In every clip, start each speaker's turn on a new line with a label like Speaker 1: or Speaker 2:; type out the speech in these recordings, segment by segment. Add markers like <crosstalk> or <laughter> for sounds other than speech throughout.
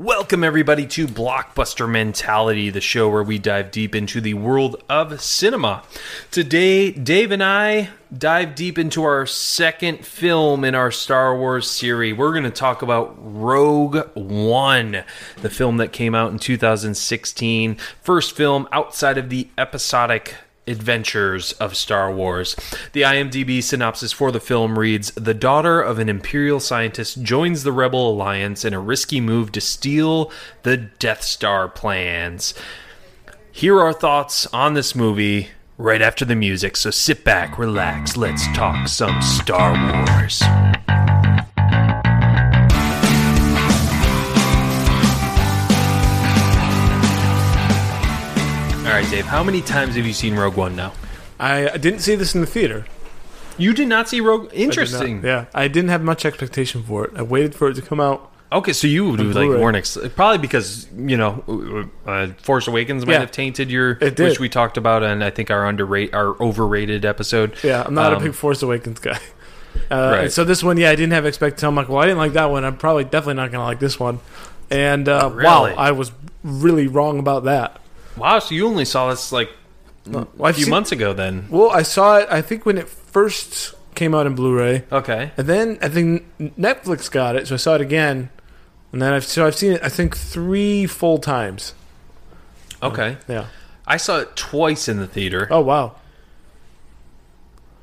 Speaker 1: Welcome, everybody, to Blockbuster Mentality, the show where we dive deep into the world of cinema. Today, Dave and I dive deep into our second film in our Star Wars series. We're going to talk about Rogue One, the film that came out in 2016, first film outside of the episodic Adventures of Star Wars. The IMDb synopsis for the film reads The daughter of an Imperial scientist joins the Rebel Alliance in a risky move to steal the Death Star plans. Here are thoughts on this movie right after the music, so sit back, relax, let's talk some Star Wars. All right, Dave, how many times have you seen Rogue One now?
Speaker 2: I didn't see this in the theater.
Speaker 1: You did not see Rogue.
Speaker 2: I did not-
Speaker 1: Interesting.
Speaker 2: yeah, I didn't have much expectation for it. I waited for it to come out.
Speaker 1: Okay, so you would like
Speaker 2: Blu-ray.
Speaker 1: weren't ex- probably because you know uh, Force Awakens might
Speaker 2: Yeah.
Speaker 1: have tainted your,
Speaker 2: It did.
Speaker 1: which we talked about, and I think our underrate our overrated episode.
Speaker 2: Yeah, I'm not
Speaker 1: Um,
Speaker 2: a big Force Awakens guy. <laughs> Uh,
Speaker 1: Right.
Speaker 2: and So this one, yeah, I didn't have expectation. I'm like, well, I didn't like that one. I'm probably definitely not gonna like this one. And uh, wow,
Speaker 1: Really?
Speaker 2: I was really wrong about that.
Speaker 1: Wow, so you only saw this like
Speaker 2: Well,
Speaker 1: a
Speaker 2: I've
Speaker 1: few
Speaker 2: seen-
Speaker 1: months ago, then?
Speaker 2: Well, I saw it. I think when it first came out in Blu-ray,
Speaker 1: Okay,
Speaker 2: and then I think Netflix got it, so I saw it again. And then I've so I've seen it. I think three full times.
Speaker 1: okay.
Speaker 2: Yeah.
Speaker 1: I saw it twice in the theater,
Speaker 2: Oh wow.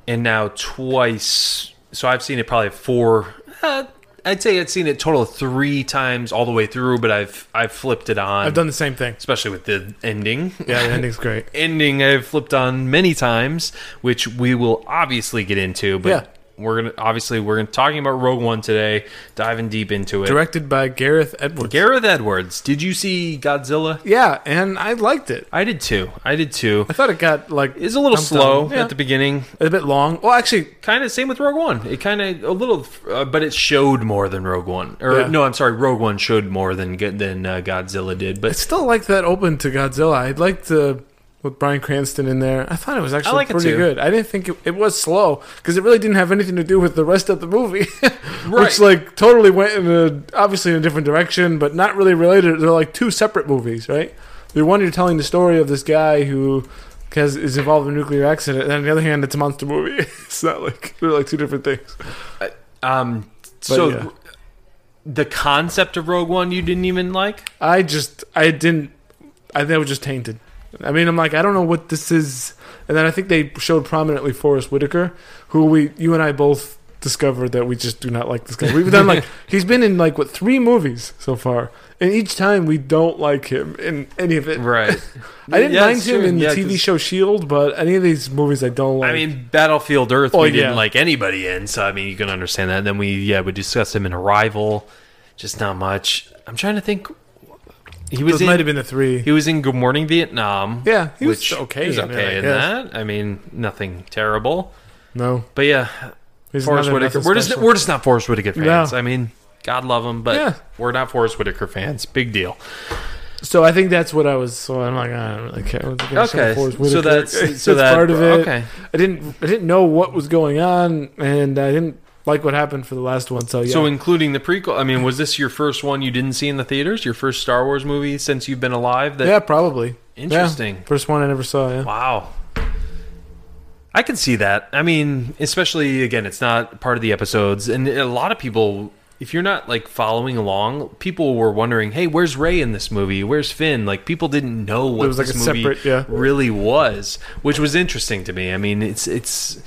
Speaker 1: and now twice. So I've seen it probably four. Uh, I'd say I'd seen it total of three times all the way through, but I've I've flipped it on.
Speaker 2: I've done the same thing.
Speaker 1: especially with the ending.
Speaker 2: Yeah, the ending's great.
Speaker 1: ending I've flipped on many times, which we will obviously get into. But
Speaker 2: Yeah.
Speaker 1: we're gonna obviously we're gonna talking about Rogue One today, diving deep into it.
Speaker 2: directed by Gareth Edwards.
Speaker 1: Gareth Edwards, did you see Godzilla?
Speaker 2: yeah, and I liked it.
Speaker 1: I did too. I did too.
Speaker 2: I thought it got like
Speaker 1: It's a little
Speaker 2: dumped
Speaker 1: slow
Speaker 2: on. Yeah.
Speaker 1: at the beginning.
Speaker 2: a bit long. Well, actually,
Speaker 1: Kind of same with Rogue One. It kind of a little, uh, but it showed more than Rogue One. Or
Speaker 2: Yeah.
Speaker 1: no, I'm sorry, Rogue One showed more than Go- than uh, Godzilla did.
Speaker 2: I
Speaker 1: But
Speaker 2: still like that open to Godzilla. I liked the with Brian Cranston in there. I thought it was actually
Speaker 1: like it
Speaker 2: pretty
Speaker 1: too.
Speaker 2: good. I didn't think it, it was slow because it really didn't have anything to do with the rest of the movie, <laughs>
Speaker 1: Right.
Speaker 2: which like totally went in a obviously in a different direction, but not really related. They're like two separate movies, right? The one you're telling the story of this guy who. Because is involved in a nuclear accident, and on the other hand, it's a monster movie. <laughs> It's not like they're like two different things.
Speaker 1: um, so
Speaker 2: yeah.
Speaker 1: the concept of Rogue One you didn't even like.
Speaker 2: I just I didn't I think I was just tainted. I mean, I'm like I don't know what this is, and then I think they showed prominently Forrest Whitaker, who we you and I both discovered that we just do not like this guy. We've
Speaker 1: <laughs>
Speaker 2: done like he's been in like what three movies so far, and each time we don't like him in any of
Speaker 1: <laughs>
Speaker 2: it.
Speaker 1: Right.
Speaker 2: I didn't
Speaker 1: Yeah,
Speaker 2: mind
Speaker 1: it's
Speaker 2: him
Speaker 1: true.
Speaker 2: in
Speaker 1: Yeah,
Speaker 2: the TV
Speaker 1: 'cause-
Speaker 2: show Shield, but any of these movies I don't like.
Speaker 1: I mean, Battlefield Earth,
Speaker 2: Oh,
Speaker 1: we
Speaker 2: yeah.
Speaker 1: didn't like anybody in, so I mean, you can understand that. And then we, yeah, we discussed him in Arrival, just not much. I'm trying to think. He was
Speaker 2: those might
Speaker 1: in.
Speaker 2: have been the three.
Speaker 1: he was in Good Morning Vietnam.
Speaker 2: Yeah, he was
Speaker 1: which
Speaker 2: okay
Speaker 1: He was
Speaker 2: in it,
Speaker 1: okay
Speaker 2: I
Speaker 1: in
Speaker 2: guess.
Speaker 1: that. I mean, nothing terrible.
Speaker 2: no,
Speaker 1: But yeah,
Speaker 2: he's
Speaker 1: Forrest
Speaker 2: another
Speaker 1: Whitaker.
Speaker 2: nothing
Speaker 1: We're just
Speaker 2: special.
Speaker 1: we're just not Forrest Whitaker fans.
Speaker 2: No.
Speaker 1: I mean, God love him, but
Speaker 2: Yeah.
Speaker 1: we're not Forrest Whitaker fans. Big deal.
Speaker 2: So I think that's what I was. So I'm like, I don't really care. I was gonna
Speaker 1: Okay,
Speaker 2: say Forrest
Speaker 1: so
Speaker 2: Whitaker.
Speaker 1: that's-
Speaker 2: It's
Speaker 1: so that-
Speaker 2: part of it.
Speaker 1: okay.
Speaker 2: I didn't. I didn't know what was going on, and I didn't like what happened for the last one. So yeah.
Speaker 1: So, including the prequel, I mean, was this your first one you didn't see in the theaters? Your first Star Wars movie since you've been alive? That
Speaker 2: yeah, probably. Yeah.
Speaker 1: Interesting.
Speaker 2: First one I never saw. Yeah.
Speaker 1: Wow. I can see that. I mean, especially again, it's not part of the episodes, and a lot of people, if you're not like following along, people were wondering, "Hey, where's Ray in this movie? Where's Finn?" Like people didn't know what
Speaker 2: There was, like,
Speaker 1: this
Speaker 2: a
Speaker 1: movie
Speaker 2: separate- yeah.
Speaker 1: really was, which was interesting to me. I mean, it's it's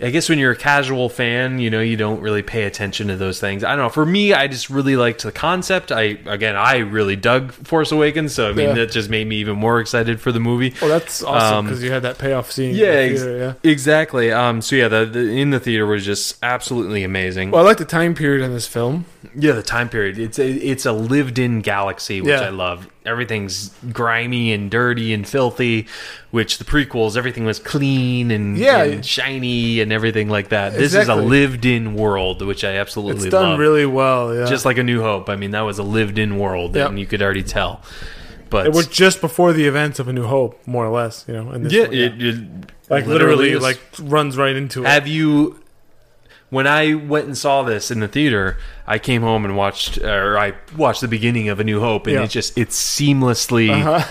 Speaker 1: I guess when you're a casual fan, you know, you don't really pay attention to those things. I don't know. For me, I just really liked the concept. I again, I really dug Force Awakens, so I mean
Speaker 2: Yeah.
Speaker 1: that just made me even more excited for the movie.
Speaker 2: Oh, that's awesome
Speaker 1: Um,
Speaker 2: because you had that payoff scene. in
Speaker 1: yeah,
Speaker 2: the
Speaker 1: ex-
Speaker 2: theater, yeah.
Speaker 1: exactly. Um, so yeah, the, the in the theater was just absolutely amazing.
Speaker 2: Well, I like the time period in this film.
Speaker 1: Yeah, the time period. It's a, it's a lived-in galaxy, which
Speaker 2: Yeah.
Speaker 1: I love. Everything's grimy and dirty and filthy, which the prequels everything was clean and,
Speaker 2: Yeah.
Speaker 1: and shiny and everything like that. This is a
Speaker 2: Exactly.
Speaker 1: lived-in world, which I absolutely
Speaker 2: It's done
Speaker 1: love.
Speaker 2: really well. Yeah,
Speaker 1: Just like a New Hope. I mean, that was a lived-in world,
Speaker 2: Yep.
Speaker 1: and you could already tell. But
Speaker 2: it was just before the events of A New Hope, more or less. You know, and this
Speaker 1: yeah,
Speaker 2: one, yeah.
Speaker 1: it, it
Speaker 2: like literally,
Speaker 1: is-
Speaker 2: like runs right into it.
Speaker 1: Have you? When I went and saw this in the theater, I came home and watched, or I watched the beginning of A New Hope, and
Speaker 2: Yeah.
Speaker 1: it just it seamlessly,
Speaker 2: Uh-huh.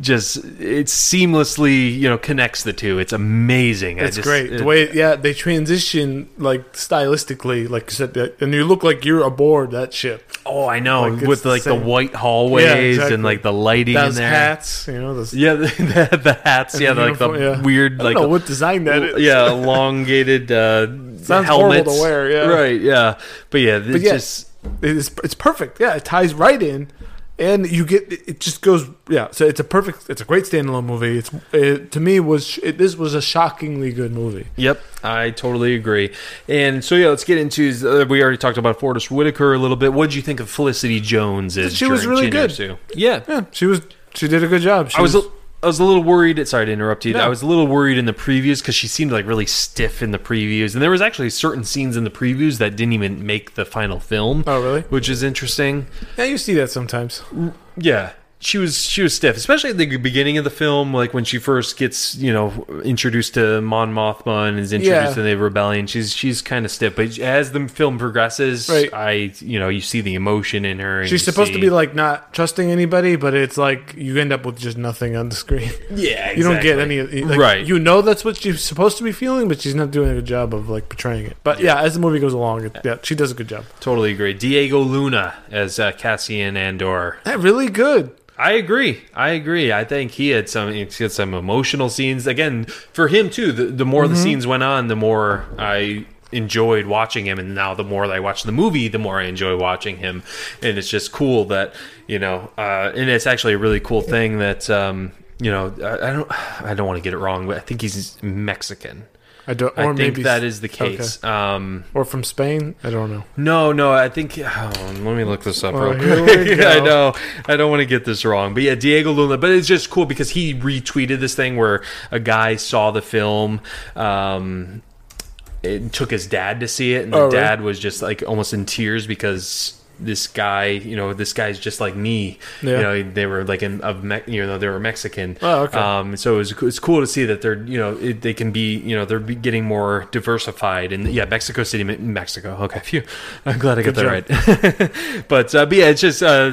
Speaker 1: just it seamlessly, you know, connects the two. It's amazing. I
Speaker 2: It's
Speaker 1: just-
Speaker 2: great
Speaker 1: it-
Speaker 2: the way yeah they transition like stylistically like you said that, and you look like you're aboard that ship.
Speaker 1: oh, I know,
Speaker 2: like, it's
Speaker 1: with
Speaker 2: the
Speaker 1: like the
Speaker 2: same.
Speaker 1: white hallways
Speaker 2: Yeah, exactly.
Speaker 1: and like the lighting in
Speaker 2: Those
Speaker 1: there.
Speaker 2: hats, you know, those,
Speaker 1: Yeah, <laughs> the, the, the hats.
Speaker 2: and
Speaker 1: yeah,
Speaker 2: the
Speaker 1: like the
Speaker 2: uniform, yeah. I
Speaker 1: weird,
Speaker 2: don't
Speaker 1: like
Speaker 2: know what design that is.
Speaker 1: yeah, elongated uh,
Speaker 2: <laughs> Sounds horrible to
Speaker 1: helmets.
Speaker 2: wear, yeah.
Speaker 1: right. Yeah, but yeah, it's
Speaker 2: yeah.
Speaker 1: just.
Speaker 2: it's it's perfect. Yeah, it ties right in, and you get it. Just goes yeah. So it's a perfect. It's a great standalone movie. It's it, to me was it, this was a shockingly good movie.
Speaker 1: Yep, I totally agree. And so yeah, let's get into. Uh, we already talked about Fortis Whitaker a little bit. What did you think of Felicity Jones? As
Speaker 2: She was
Speaker 1: Jiren
Speaker 2: really good.
Speaker 1: Shinnersu? Yeah,
Speaker 2: Yeah, she was she did a good job. She
Speaker 1: I was. a- I was a little worried. Sorry to interrupt you.
Speaker 2: No.
Speaker 1: I was a little worried in the previews because she seemed like really stiff in the previews, and there was actually certain scenes in the previews that didn't even make the final film.
Speaker 2: Oh, really?
Speaker 1: Which is interesting.
Speaker 2: yeah. You see that sometimes.
Speaker 1: Yeah. She was she was stiff, especially at the beginning of the film, like when she first gets you know introduced to Mon Mothma and is introduced
Speaker 2: Yeah.
Speaker 1: to the rebellion. She's she's kind of stiff, but as the film progresses,
Speaker 2: Right.
Speaker 1: I you know you see the emotion in her. And
Speaker 2: She's
Speaker 1: you
Speaker 2: supposed to
Speaker 1: see-
Speaker 2: be like not trusting anybody, but it's like you end up with just nothing on the screen.
Speaker 1: yeah,
Speaker 2: You don't get
Speaker 1: exactly.
Speaker 2: any like,
Speaker 1: right.
Speaker 2: You know that's what she's supposed to be feeling, but she's not doing a good job of like portraying it. But yeah, as the movie goes along, it, yeah, she does a good job.
Speaker 1: totally agree. Diego Luna as uh, Cassian Andor.
Speaker 2: Yeah, Eh, really good.
Speaker 1: I agree. I agree. I think he had some he had some emotional scenes. Again, for him too. The, the more
Speaker 2: Mm-hmm.
Speaker 1: the scenes went on, the more I enjoyed watching him, and now the more that I watch the movie, the more I enjoy watching him. And it's just cool that you know, uh, and it's actually a really cool thing that um, you know. I, I don't. I don't want to get it wrong, but I think he's Mexican.
Speaker 2: I don't.
Speaker 1: I
Speaker 2: Or
Speaker 1: think
Speaker 2: maybe
Speaker 1: that is the case. Um,
Speaker 2: or from Spain. I don't know.
Speaker 1: no, no, I think. Oh, let me look this up real
Speaker 2: Well, Oh, here we
Speaker 1: quick. <laughs>
Speaker 2: go.
Speaker 1: I know. I don't want to get this wrong. But yeah, Diego Luna. But it's just cool because he retweeted this thing where a guy saw the film. Um, it took his dad to see it, and the
Speaker 2: Oh, really?
Speaker 1: dad was just like almost in tears because this guy, you know, this guy's just like me.
Speaker 2: Yeah.
Speaker 1: You know, they were like in of Me- you know they were Mexican.
Speaker 2: Oh, okay.
Speaker 1: Um, so it was, it's cool to see that they're you know it, they can be you know they're be getting more diversified and yeah Mexico City Me- Mexico okay phew I'm glad I got
Speaker 2: Good
Speaker 1: that right <laughs> but uh, but yeah it's just uh, uh,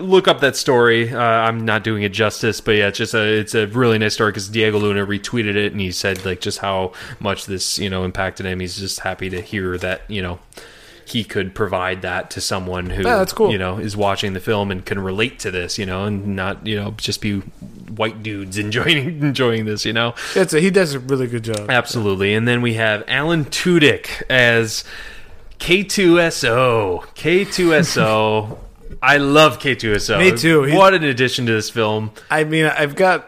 Speaker 1: look up that story uh, I'm not doing it justice but yeah it's just a it's a really nice story because Diego Luna retweeted it and he said like just how much this you know impacted him he's just happy to hear that you know he could provide that to someone who
Speaker 2: Yeah, that's cool.
Speaker 1: you know is watching the film and can relate to this you know and not you know just be white dudes <laughs> enjoying enjoying this you know
Speaker 2: It's a, he does a really good job.
Speaker 1: absolutely and then we have alan tudyk as k2so k2so
Speaker 2: <laughs>
Speaker 1: i love k2so
Speaker 2: Me too. He-
Speaker 1: what an addition to this film
Speaker 2: I mean, I've got.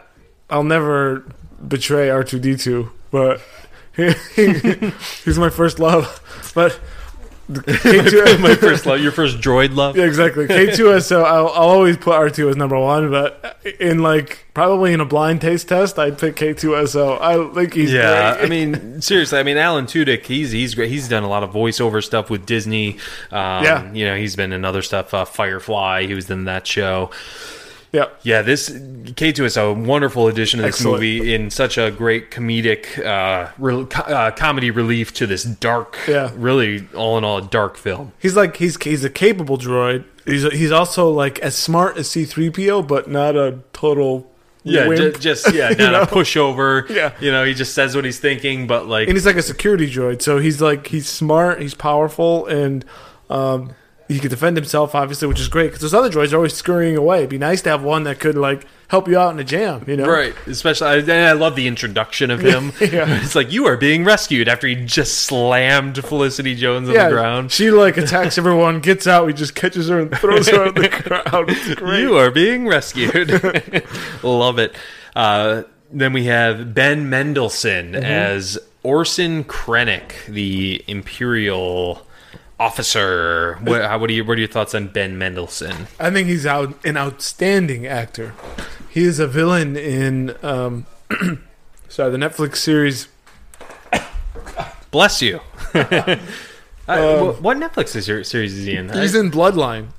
Speaker 2: I'll never betray R two D two, but <laughs> he's my first love.
Speaker 1: <laughs>
Speaker 2: But K2,
Speaker 1: my first love your first droid love
Speaker 2: <laughs> Yeah, exactly. K2SO, I'll, I'll always put R2 as number one, but in like probably in a blind taste test, I'd pick K2SO. I think he's
Speaker 1: Yeah,
Speaker 2: great. <laughs>
Speaker 1: I mean, seriously, I mean, Alan Tudyk, he's he's great. He's done a lot of voiceover stuff with Disney. Um,
Speaker 2: Yeah.
Speaker 1: you know, he's been in other stuff. Uh, Firefly, he was in that show.
Speaker 2: yeah,
Speaker 1: Yeah, this K2 is a wonderful addition to this
Speaker 2: Excellent.
Speaker 1: movie in such a great comedic uh, re- co- uh, comedy relief to this dark,
Speaker 2: Yeah.
Speaker 1: really all in all a dark film.
Speaker 2: he's like he's he's a capable droid. He's he's also like as smart as C3PO, but not a total
Speaker 1: Yeah, ju-
Speaker 2: wimp.
Speaker 1: just
Speaker 2: <laughs>
Speaker 1: yeah, not a pushover.
Speaker 2: Yeah.
Speaker 1: you know, he just says what he's thinking, but like
Speaker 2: and he's like a security droid, so he's like he's smart, he's powerful, and um, he could defend himself obviously, which is great because those other droids are always scurrying away. It'd be nice to have one that could like help you out in a jam, you know?
Speaker 1: Right, especially I, and I love the introduction
Speaker 2: <laughs>
Speaker 1: of him.
Speaker 2: Yeah.
Speaker 1: It's like you are being rescued after he just slammed Felicity Jones on
Speaker 2: Yeah,
Speaker 1: the ground.
Speaker 2: she like attacks everyone, gets out, he just catches her and throws her
Speaker 1: <laughs>
Speaker 2: on the crowd. It's great.
Speaker 1: You are being
Speaker 2: <laughs>
Speaker 1: rescued. love it. Uh, then we have Ben Mendelsohn
Speaker 2: Mm-hmm.
Speaker 1: as Orson Krennic, the Imperial officer. What, how, what are you? What are your thoughts on Ben Mendelsohn?
Speaker 2: I think he's out an outstanding actor. He is a villain in um, <clears throat> sorry the Netflix series.
Speaker 1: Bless you. <laughs> Uh, wh- what Netflix is your series is he in?
Speaker 2: Um, He's
Speaker 1: I-
Speaker 2: in Bloodline.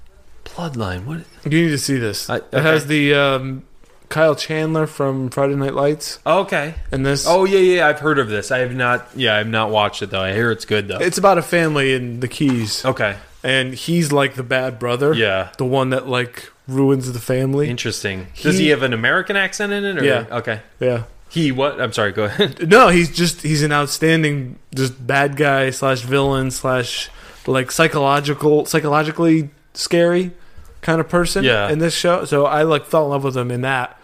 Speaker 1: Bloodline. What?
Speaker 2: You need to see this.
Speaker 1: I-
Speaker 2: It has
Speaker 1: okay.
Speaker 2: the um, Kyle Chandler from Friday Night Lights,
Speaker 1: Okay.
Speaker 2: and this.
Speaker 1: Oh yeah, yeah. I've heard of this. I have not. Yeah, I've not watched it though. I hear it's good though.
Speaker 2: It's about a family in the Keys,
Speaker 1: okay.
Speaker 2: and he's like the bad brother.
Speaker 1: Oh. Yeah.
Speaker 2: the one that like ruins the family.
Speaker 1: Interesting. Does
Speaker 2: He-
Speaker 1: he have an American accent in it? Or,
Speaker 2: Yeah.
Speaker 1: Okay.
Speaker 2: Yeah,
Speaker 1: He what? I'm sorry. Go ahead. <laughs>
Speaker 2: no, he's just he's an outstanding just bad guy slash villain slash like psychological psychologically scary kind of person.
Speaker 1: Yeah.
Speaker 2: in this show, so I like fell in love with him in that.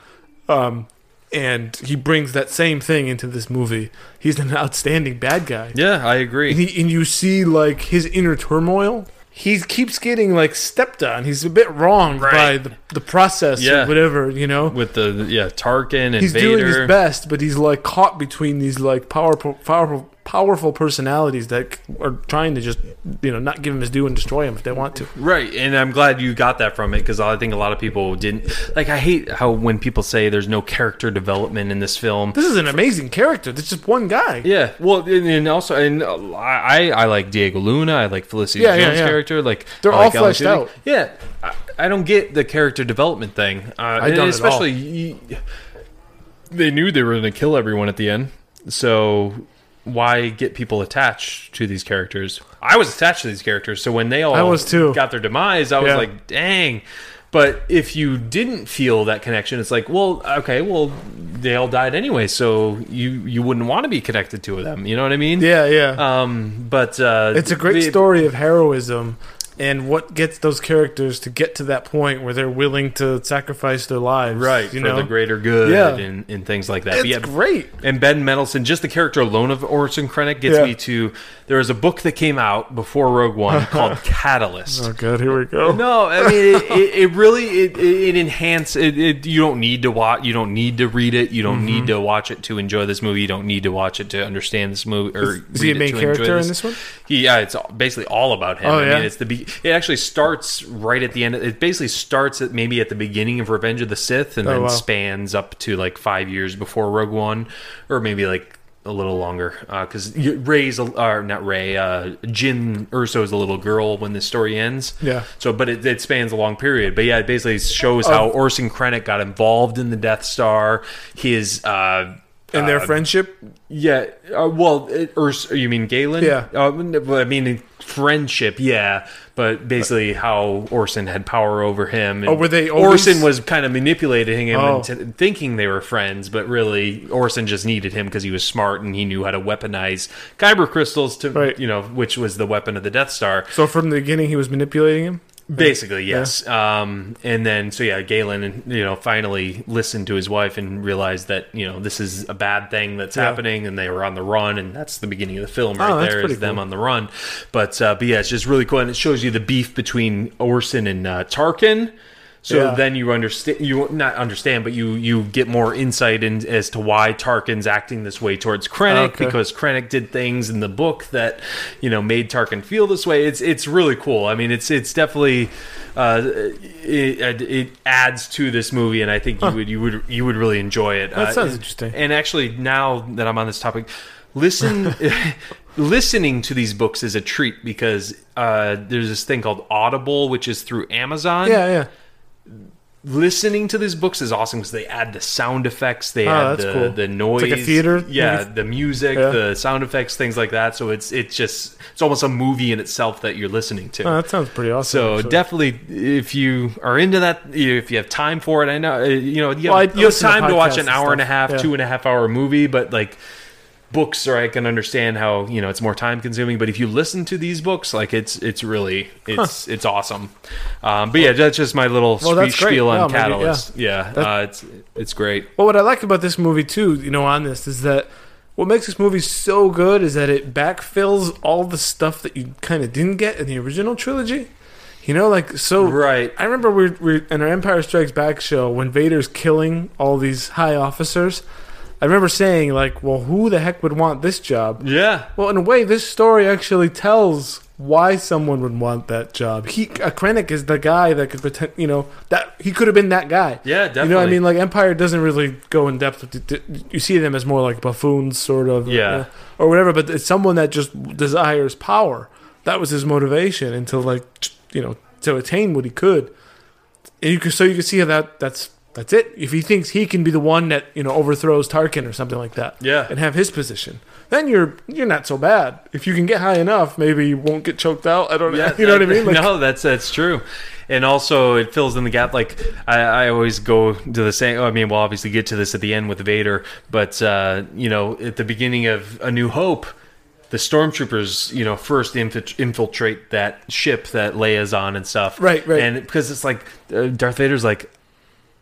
Speaker 2: Um, and he brings that same thing into this movie. He's an outstanding bad guy.
Speaker 1: Yeah, I agree.
Speaker 2: and, he, and you see like his inner turmoil. He keeps getting like stepped on. He's a bit wronged by
Speaker 1: Right.
Speaker 2: the, the process
Speaker 1: Yeah.
Speaker 2: or whatever, you know.
Speaker 1: With the yeah Tarkin and
Speaker 2: He's
Speaker 1: Vader.
Speaker 2: doing his best, but he's like caught between these like powerful, powerful, powerful personalities that c- are trying to just you know not give him his due and destroy him if they want to.
Speaker 1: Right, and I'm glad you got that from it because I think a lot of people didn't like. I hate how when people say there's no character development in this film.
Speaker 2: This is an amazing character. That's just one guy.
Speaker 1: Yeah, well, and, and also, and uh, I I like Diego Luna. I like Felicity
Speaker 2: Yeah, yeah,
Speaker 1: Jones'
Speaker 2: yeah.
Speaker 1: character. Like
Speaker 2: They're
Speaker 1: I
Speaker 2: all
Speaker 1: like Alan
Speaker 2: fleshed
Speaker 1: Tudyk.
Speaker 2: out.
Speaker 1: Yeah, I, I don't get the character development thing. Uh, and
Speaker 2: don't at
Speaker 1: especially y- they knew they were going to kill everyone at the end, so why get people attached to these characters? I was attached to these characters, so when they all
Speaker 2: I was too.
Speaker 1: got their demise, I was
Speaker 2: Yeah.
Speaker 1: like, dang. But if you didn't feel that connection, it's like, well, okay, well, they all died anyway, so you you wouldn't want to be connected to them. You know what I mean?
Speaker 2: yeah, yeah.
Speaker 1: Um, but uh,
Speaker 2: it's a great
Speaker 1: the-
Speaker 2: story of heroism and what gets those characters to get to that point where they're willing to sacrifice their lives,
Speaker 1: right?
Speaker 2: You
Speaker 1: for
Speaker 2: know,
Speaker 1: the greater good,
Speaker 2: Yeah.
Speaker 1: and, and things like that. But
Speaker 2: it's
Speaker 1: yeah,
Speaker 2: great.
Speaker 1: And Ben Mendelsohn, just the character alone of Orson Krennic gets
Speaker 2: Yeah.
Speaker 1: me to. There was a book that came out before Rogue
Speaker 2: <laughs>
Speaker 1: One called Catalyst.
Speaker 2: Oh god, here we
Speaker 1: <laughs>
Speaker 2: go.
Speaker 1: No, I mean it, it, it really it, it enhances. It, it, you don't need to watch. You don't need to read it. You don't
Speaker 2: Mm-hmm.
Speaker 1: need to watch it to enjoy this movie. You don't need to watch it to understand this movie. Or
Speaker 2: Is- is he
Speaker 1: read
Speaker 2: a
Speaker 1: it
Speaker 2: main
Speaker 1: to enjoy
Speaker 2: character in this one?
Speaker 1: He, yeah, it's all- basically all about him.
Speaker 2: Oh,
Speaker 1: I
Speaker 2: yeah?
Speaker 1: mean, it's the be- it actually starts right at the end. It basically starts at maybe at the beginning of Revenge of the Sith, and then
Speaker 2: Oh, wow.
Speaker 1: spans up to like five years before Rogue One, or maybe like. A little longer, uh, because Ray's a, or not Ray, uh, Jin Urso is a little girl when this story ends.
Speaker 2: Yeah.
Speaker 1: So, but it, it spans a long period. But yeah, it basically shows how Orson Krennic got involved in the Death Star. His, uh,
Speaker 2: And their friendship,
Speaker 1: yeah, uh, well, it, Urs, you mean Galen?
Speaker 2: Yeah.
Speaker 1: Uh, n- well, I mean friendship. Yeah, but basically how Orson had power over him. And
Speaker 2: Oh, were they always-
Speaker 1: Orson was kind of manipulating him
Speaker 2: Oh.
Speaker 1: into thinking they were friends, but really Orson just needed him because he was smart and he knew how to weaponize kyber crystals to
Speaker 2: Right.
Speaker 1: you know which was the weapon of the Death Star.
Speaker 2: so from the beginning he was manipulating him.
Speaker 1: Basically, yes. Um, and then, so yeah, Galen, you know, finally listened to his wife and realized that you know this is a bad thing that's
Speaker 2: Yeah. Oh,
Speaker 1: happening, and they were on the run, and that's the beginning of the film right
Speaker 2: that's
Speaker 1: there
Speaker 2: pretty
Speaker 1: is them
Speaker 2: cool.
Speaker 1: on the run. But uh, but yeah, it's just really cool, and it shows you the beef between Orson and uh, Tarkin. So
Speaker 2: Yeah.
Speaker 1: then you understand you not understand, but you you get more insight in, as to why Tarkin's acting this way towards Krennic
Speaker 2: Okay.
Speaker 1: because Krennic did things in the book that you know made Tarkin feel this way. It's it's really cool. I mean, it's it's definitely uh, it, it adds to this movie, and I think you would you would you would really enjoy it.
Speaker 2: That
Speaker 1: Uh,
Speaker 2: sounds interesting.
Speaker 1: And actually, now that I'm on this topic,
Speaker 2: <laughs>
Speaker 1: listen. Listening to these books is a treat because uh, there's this thing called Audible, which is through Amazon
Speaker 2: Yeah, yeah.
Speaker 1: listening to these books is awesome because they add the sound effects, they
Speaker 2: Oh,
Speaker 1: add
Speaker 2: that's
Speaker 1: the,
Speaker 2: cool.
Speaker 1: the noise,
Speaker 2: It's like a theater
Speaker 1: yeah,
Speaker 2: movie.
Speaker 1: the music,
Speaker 2: Yeah.
Speaker 1: the sound effects, things like that. So it's it's just it's almost a movie in itself that you're listening to.
Speaker 2: Oh, that sounds pretty awesome.
Speaker 1: so
Speaker 2: actually.
Speaker 1: definitely, if you are into that, if you have time for it, I know uh, you know you have,
Speaker 2: Well, I
Speaker 1: you have
Speaker 2: listen to
Speaker 1: time to watch
Speaker 2: podcasts
Speaker 1: an
Speaker 2: and
Speaker 1: hour and a
Speaker 2: stuff.
Speaker 1: half,
Speaker 2: Yeah.
Speaker 1: two and a half hour movie, but like books or I can understand how, you know, it's more time consuming, but if you listen to these books, like it's it's really it's it's awesome. Um, but yeah, that's just my little spie-
Speaker 2: Well, that's great.
Speaker 1: spiel on
Speaker 2: Wow, maybe- yeah.
Speaker 1: Catalyst. Yeah.
Speaker 2: That-
Speaker 1: uh, it's it's great.
Speaker 2: Well, what I like about this movie too, you know, on this is that what makes this movie so good is that it backfills all the stuff that you kind of didn't get in the original trilogy. You know, like so.
Speaker 1: Right.
Speaker 2: I remember we we in our Empire Strikes Back show when Vader's killing all these high officers. I remember saying like, "Well, who the heck would want this job?"
Speaker 1: Yeah.
Speaker 2: Well, in a way, this story actually tells why someone would want that job. He uh, Krennic is the guy that could pretend, you know, that he could have been that guy.
Speaker 1: Yeah,
Speaker 2: You know what I
Speaker 1: definitely.
Speaker 2: mean? Like Empire doesn't really go in depth. With the, you see them as more like buffoons, sort of.
Speaker 1: Yeah.
Speaker 2: uh, or whatever. But it's someone that just desires power. That was his motivation, and to like, t- you know, to attain what he could. And you can so you can see how that that's that's it. If he thinks he can be the one that you know overthrows Tarkin or something like that,
Speaker 1: Yeah.
Speaker 2: and have his position, then you're you're not so bad. If you can get high enough, maybe you won't get choked out. I don't know.
Speaker 1: Yeah,
Speaker 2: <laughs> you know what
Speaker 1: <laughs>
Speaker 2: I mean? Like,
Speaker 1: no, that's that's true. And also, it fills in the gap. Like I, I always go to the same. I mean, we'll obviously get to this at the end with Vader, but uh, you know, at the beginning of A New Hope, the stormtroopers, you know, first infi- infiltrate that ship that Leia's on and stuff.
Speaker 2: Right, right.
Speaker 1: And because it's like uh, Darth Vader's like,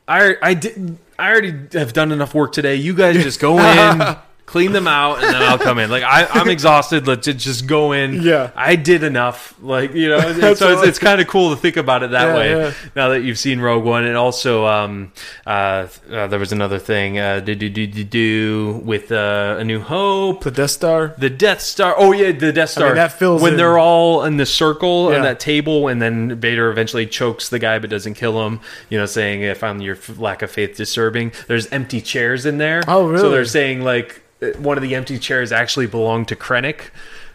Speaker 1: I, I did, I already have done enough work today. You guys just
Speaker 2: <laughs>
Speaker 1: go in. Clean them out, and then I'll come in. Like I, I'm exhausted. Let's ju- just go in.
Speaker 2: Yeah.
Speaker 1: I did enough. Like you
Speaker 2: <laughs>
Speaker 1: know, and
Speaker 2: That's
Speaker 1: so it's,
Speaker 2: awesome.
Speaker 1: it's kind of cool to think about it that
Speaker 2: Yeah,
Speaker 1: way.
Speaker 2: yeah.
Speaker 1: Now that you've seen Rogue One, and also um, uh, uh, there was another thing. Uh, do do do do do with uh, A New Hope.
Speaker 2: the Death Star.
Speaker 1: The Death Star. Oh yeah, the Death Star.
Speaker 2: that fills
Speaker 1: when
Speaker 2: in.
Speaker 1: they're all in the circle
Speaker 2: Yeah.
Speaker 1: on that table, and then Vader eventually chokes the guy, but doesn't kill him. You know, saying I found your f- lack of faith disturbing. There's empty chairs in there.
Speaker 2: Oh, really?
Speaker 1: So they're saying like uh, one of the empty chairs actually belonged to Krennic.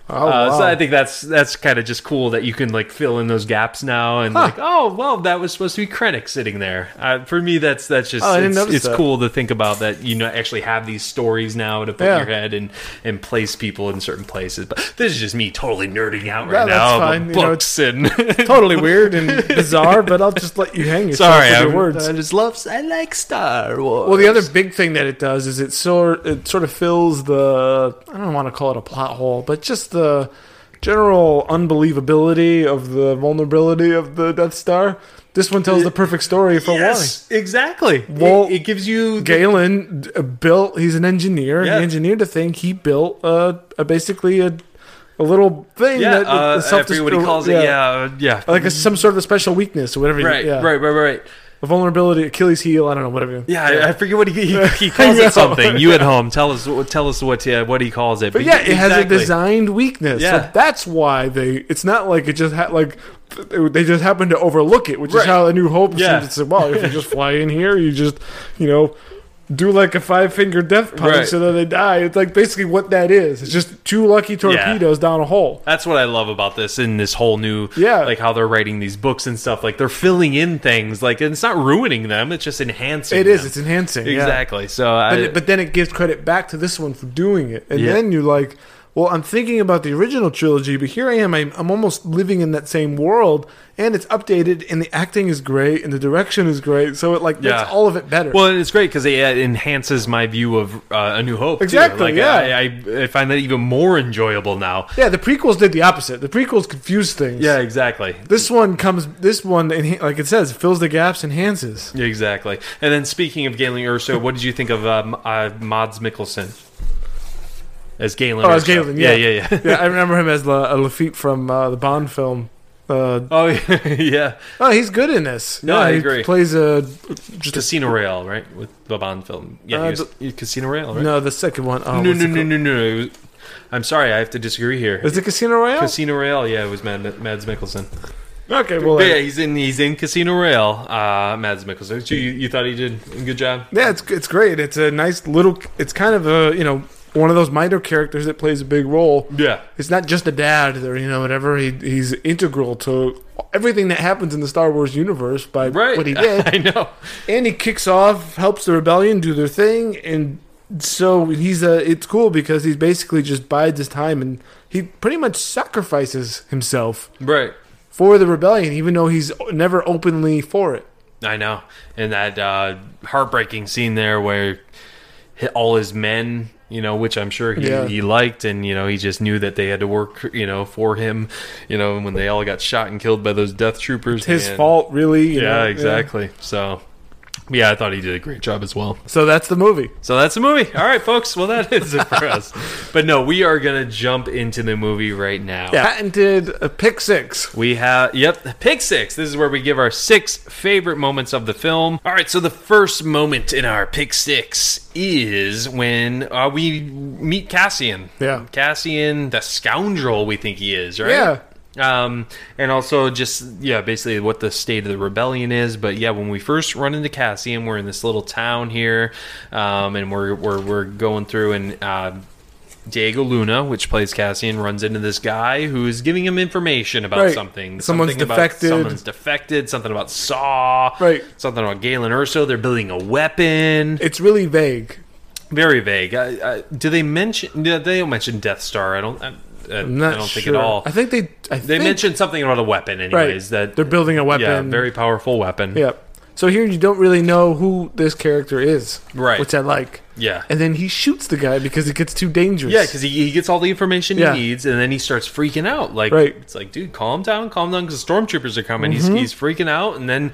Speaker 2: Oh,
Speaker 1: Uh, So
Speaker 2: wow.
Speaker 1: I think that's that's kind of just cool that you can like fill in those gaps now and like oh well that was supposed to be Krennic sitting there. Uh, for me that's that's just
Speaker 2: Oh, I didn't
Speaker 1: it's,
Speaker 2: notice
Speaker 1: it's
Speaker 2: that.
Speaker 1: cool to think about that you know actually have these stories now to put in
Speaker 2: Yeah.
Speaker 1: your head and and place people in certain places. But this is just me totally nerding out
Speaker 2: Yeah,
Speaker 1: right
Speaker 2: that's
Speaker 1: now.
Speaker 2: fine.
Speaker 1: about
Speaker 2: You know,
Speaker 1: Books <laughs> and
Speaker 2: Totally weird and bizarre, but I'll just let you hang yourself
Speaker 1: sorry,
Speaker 2: with
Speaker 1: i
Speaker 2: your words.
Speaker 1: I just love I like Star Wars.
Speaker 2: Well, the other big thing that it does is it sort it sort of fills the I don't want to call it a plot hole, but just the general unbelievability of the vulnerability of the Death Star. This one tells the perfect story for
Speaker 1: yes, exactly.
Speaker 2: Well,
Speaker 1: it, it gives you
Speaker 2: why. Galen uh, built. He's an engineer. and
Speaker 1: Yeah.
Speaker 2: He engineered a thing. He built a, a basically a, a little thing.
Speaker 1: yeah,
Speaker 2: that
Speaker 1: uh,
Speaker 2: self-
Speaker 1: I forget what he calls it. Yeah, uh, yeah.
Speaker 2: Like a, some sort of a special weakness or whatever. you-
Speaker 1: Right,
Speaker 2: yeah.
Speaker 1: right, right, right.
Speaker 2: A vulnerability, Achilles heel. I don't know. Whatever.
Speaker 1: Yeah, I, I forget what he,
Speaker 2: <laughs>
Speaker 1: he, he calls
Speaker 2: know.
Speaker 1: it. Something you at home tell us tell us what uh, what he calls it.
Speaker 2: But yeah, it has a
Speaker 1: exactly.
Speaker 2: designed weakness.
Speaker 1: Yeah.
Speaker 2: So that's why they. It's not like it just ha- like they just happen to overlook it, which
Speaker 1: Right.
Speaker 2: is how a New Hope
Speaker 1: Yeah.
Speaker 2: seems to say, well, if you just fly in here, you just you know do like a five finger death punch
Speaker 1: Right.
Speaker 2: so that they die. It's like basically what that is. It's just two lucky torpedoes down a hole.
Speaker 1: That's what I love about this and this whole new,
Speaker 2: Yeah.
Speaker 1: like how they're writing these books and stuff. Like they're filling in things, like and it's not ruining them; it's just enhancing.
Speaker 2: It is.
Speaker 1: them.
Speaker 2: It's enhancing. yeah.
Speaker 1: exactly. So, I,
Speaker 2: But, it- but then it gives credit back to this one for doing it. And
Speaker 1: Yeah.
Speaker 2: then you're like, well, I'm thinking about the original trilogy, but here I am. I'm, I'm almost living in that same world, and it's updated, and the acting is great, and the direction is great. So it like
Speaker 1: Yeah.
Speaker 2: makes all of it better.
Speaker 1: well, and it's great because it uh, enhances my view of uh, A New Hope. too.
Speaker 2: Exactly,
Speaker 1: Like,
Speaker 2: yeah.
Speaker 1: I, I, I find that even more enjoyable now.
Speaker 2: yeah, the prequels did the opposite. The prequels confused things.
Speaker 1: Yeah, exactly.
Speaker 2: This one comes. This one, enha- like it says, fills the
Speaker 1: <laughs>
Speaker 2: gaps, enhances.
Speaker 1: Yeah, Exactly. And then speaking of Galen Urso, what did you think of um, uh, Mods Mickelson as Galen?
Speaker 2: Oh, as
Speaker 1: Erso.
Speaker 2: Galen, yeah.
Speaker 1: yeah, yeah. yeah. <laughs>
Speaker 2: yeah, I remember him as La- uh, Lafitte from uh, the Bond film. Uh,
Speaker 1: Oh <laughs> yeah,
Speaker 2: oh, he's good in this.
Speaker 1: No, I
Speaker 2: he
Speaker 1: agree.
Speaker 2: Plays a just a,
Speaker 1: Casino Royale, right? With the Bond film. Yeah, he
Speaker 2: Uh,
Speaker 1: was, Casino Royale, right?
Speaker 2: no the second one. Oh,
Speaker 1: no,
Speaker 2: what's
Speaker 1: no,
Speaker 2: it
Speaker 1: no,
Speaker 2: called?
Speaker 1: no, no, It was- I'm sorry, I have to disagree here.
Speaker 2: Is it Casino Royale?
Speaker 1: Casino Royale, yeah, it was Mad, Mads Mikkelsen.
Speaker 2: okay, well,
Speaker 1: But
Speaker 2: yeah,
Speaker 1: yeah, he's in he's in Casino Royale. Uh, Mads Mikkelsen. So you, you thought he did a good job?
Speaker 2: yeah, it's it's great. It's a nice little. It's kind of a you know one of those minor characters that plays a big role.
Speaker 1: Yeah,
Speaker 2: It's not just a dad or you know whatever. He he's integral to everything that happens in the Star Wars universe by
Speaker 1: right. <laughs>
Speaker 2: what he did.
Speaker 1: I know.
Speaker 2: and he kicks off, helps the rebellion do their thing, and so he's a. It's cool because he's basically just bides his time and he pretty much sacrifices himself
Speaker 1: Right.
Speaker 2: for the rebellion, even though he's never openly for it.
Speaker 1: I know. And that uh, heartbreaking scene there where hi- all his men, you know, which I'm sure he,
Speaker 2: Yeah.
Speaker 1: he liked, and you know, he just knew that they had to work, you know, for him, you know, when they all got shot and killed by those death troopers.
Speaker 2: His
Speaker 1: and-
Speaker 2: fault, really. you
Speaker 1: Yeah,
Speaker 2: know,
Speaker 1: exactly. So, yeah, I thought he did a great job as well.
Speaker 2: So that's the movie.
Speaker 1: So that's the movie. All right, folks. Well, that <laughs> is it for us. But no, we are gonna jump into the movie right now.
Speaker 2: Patented uh, pick six.
Speaker 1: We have, yep, pick six. This is where we give our six favorite moments of the film. All right, so the first moment in our pick six is when uh, we meet Cassian.
Speaker 2: Yeah.
Speaker 1: Cassian, the scoundrel we think he is, right?
Speaker 2: Yeah.
Speaker 1: Um, and also just, yeah, basically what the state of the rebellion is. But yeah, when we first run into Cassian, we're in this little town here, um, and we're, we're, we're going through and, uh, Diego Luna, which plays Cassian, runs into this guy who is giving him information about
Speaker 2: Right.
Speaker 1: something.
Speaker 2: Someone's
Speaker 1: something about-
Speaker 2: defected.
Speaker 1: someone's defected. Something about Saw.
Speaker 2: Right.
Speaker 1: Something about Galen Urso. They're building a weapon.
Speaker 2: It's really vague.
Speaker 1: Very vague. I, I, do they mention? No, they don't mention Death Star. I don't. I, I,
Speaker 2: I'm not
Speaker 1: I don't think
Speaker 2: sure.
Speaker 1: at all.
Speaker 2: I think they.
Speaker 1: they
Speaker 2: I think,
Speaker 1: mentioned something about a weapon, anyways. That
Speaker 2: they're building a weapon.
Speaker 1: yeah, very powerful weapon.
Speaker 2: Yep. So here you don't really know who this character is,
Speaker 1: Right.
Speaker 2: Which I like.
Speaker 1: Yeah.
Speaker 2: And then he shoots the guy because it gets too dangerous.
Speaker 1: Yeah, because he, he gets all the information
Speaker 2: Yeah.
Speaker 1: he needs, and then he starts freaking out. Like
Speaker 2: Right. Mm-hmm.
Speaker 1: it's like, dude, calm down, calm down, because stormtroopers are coming. He's he's freaking out, and then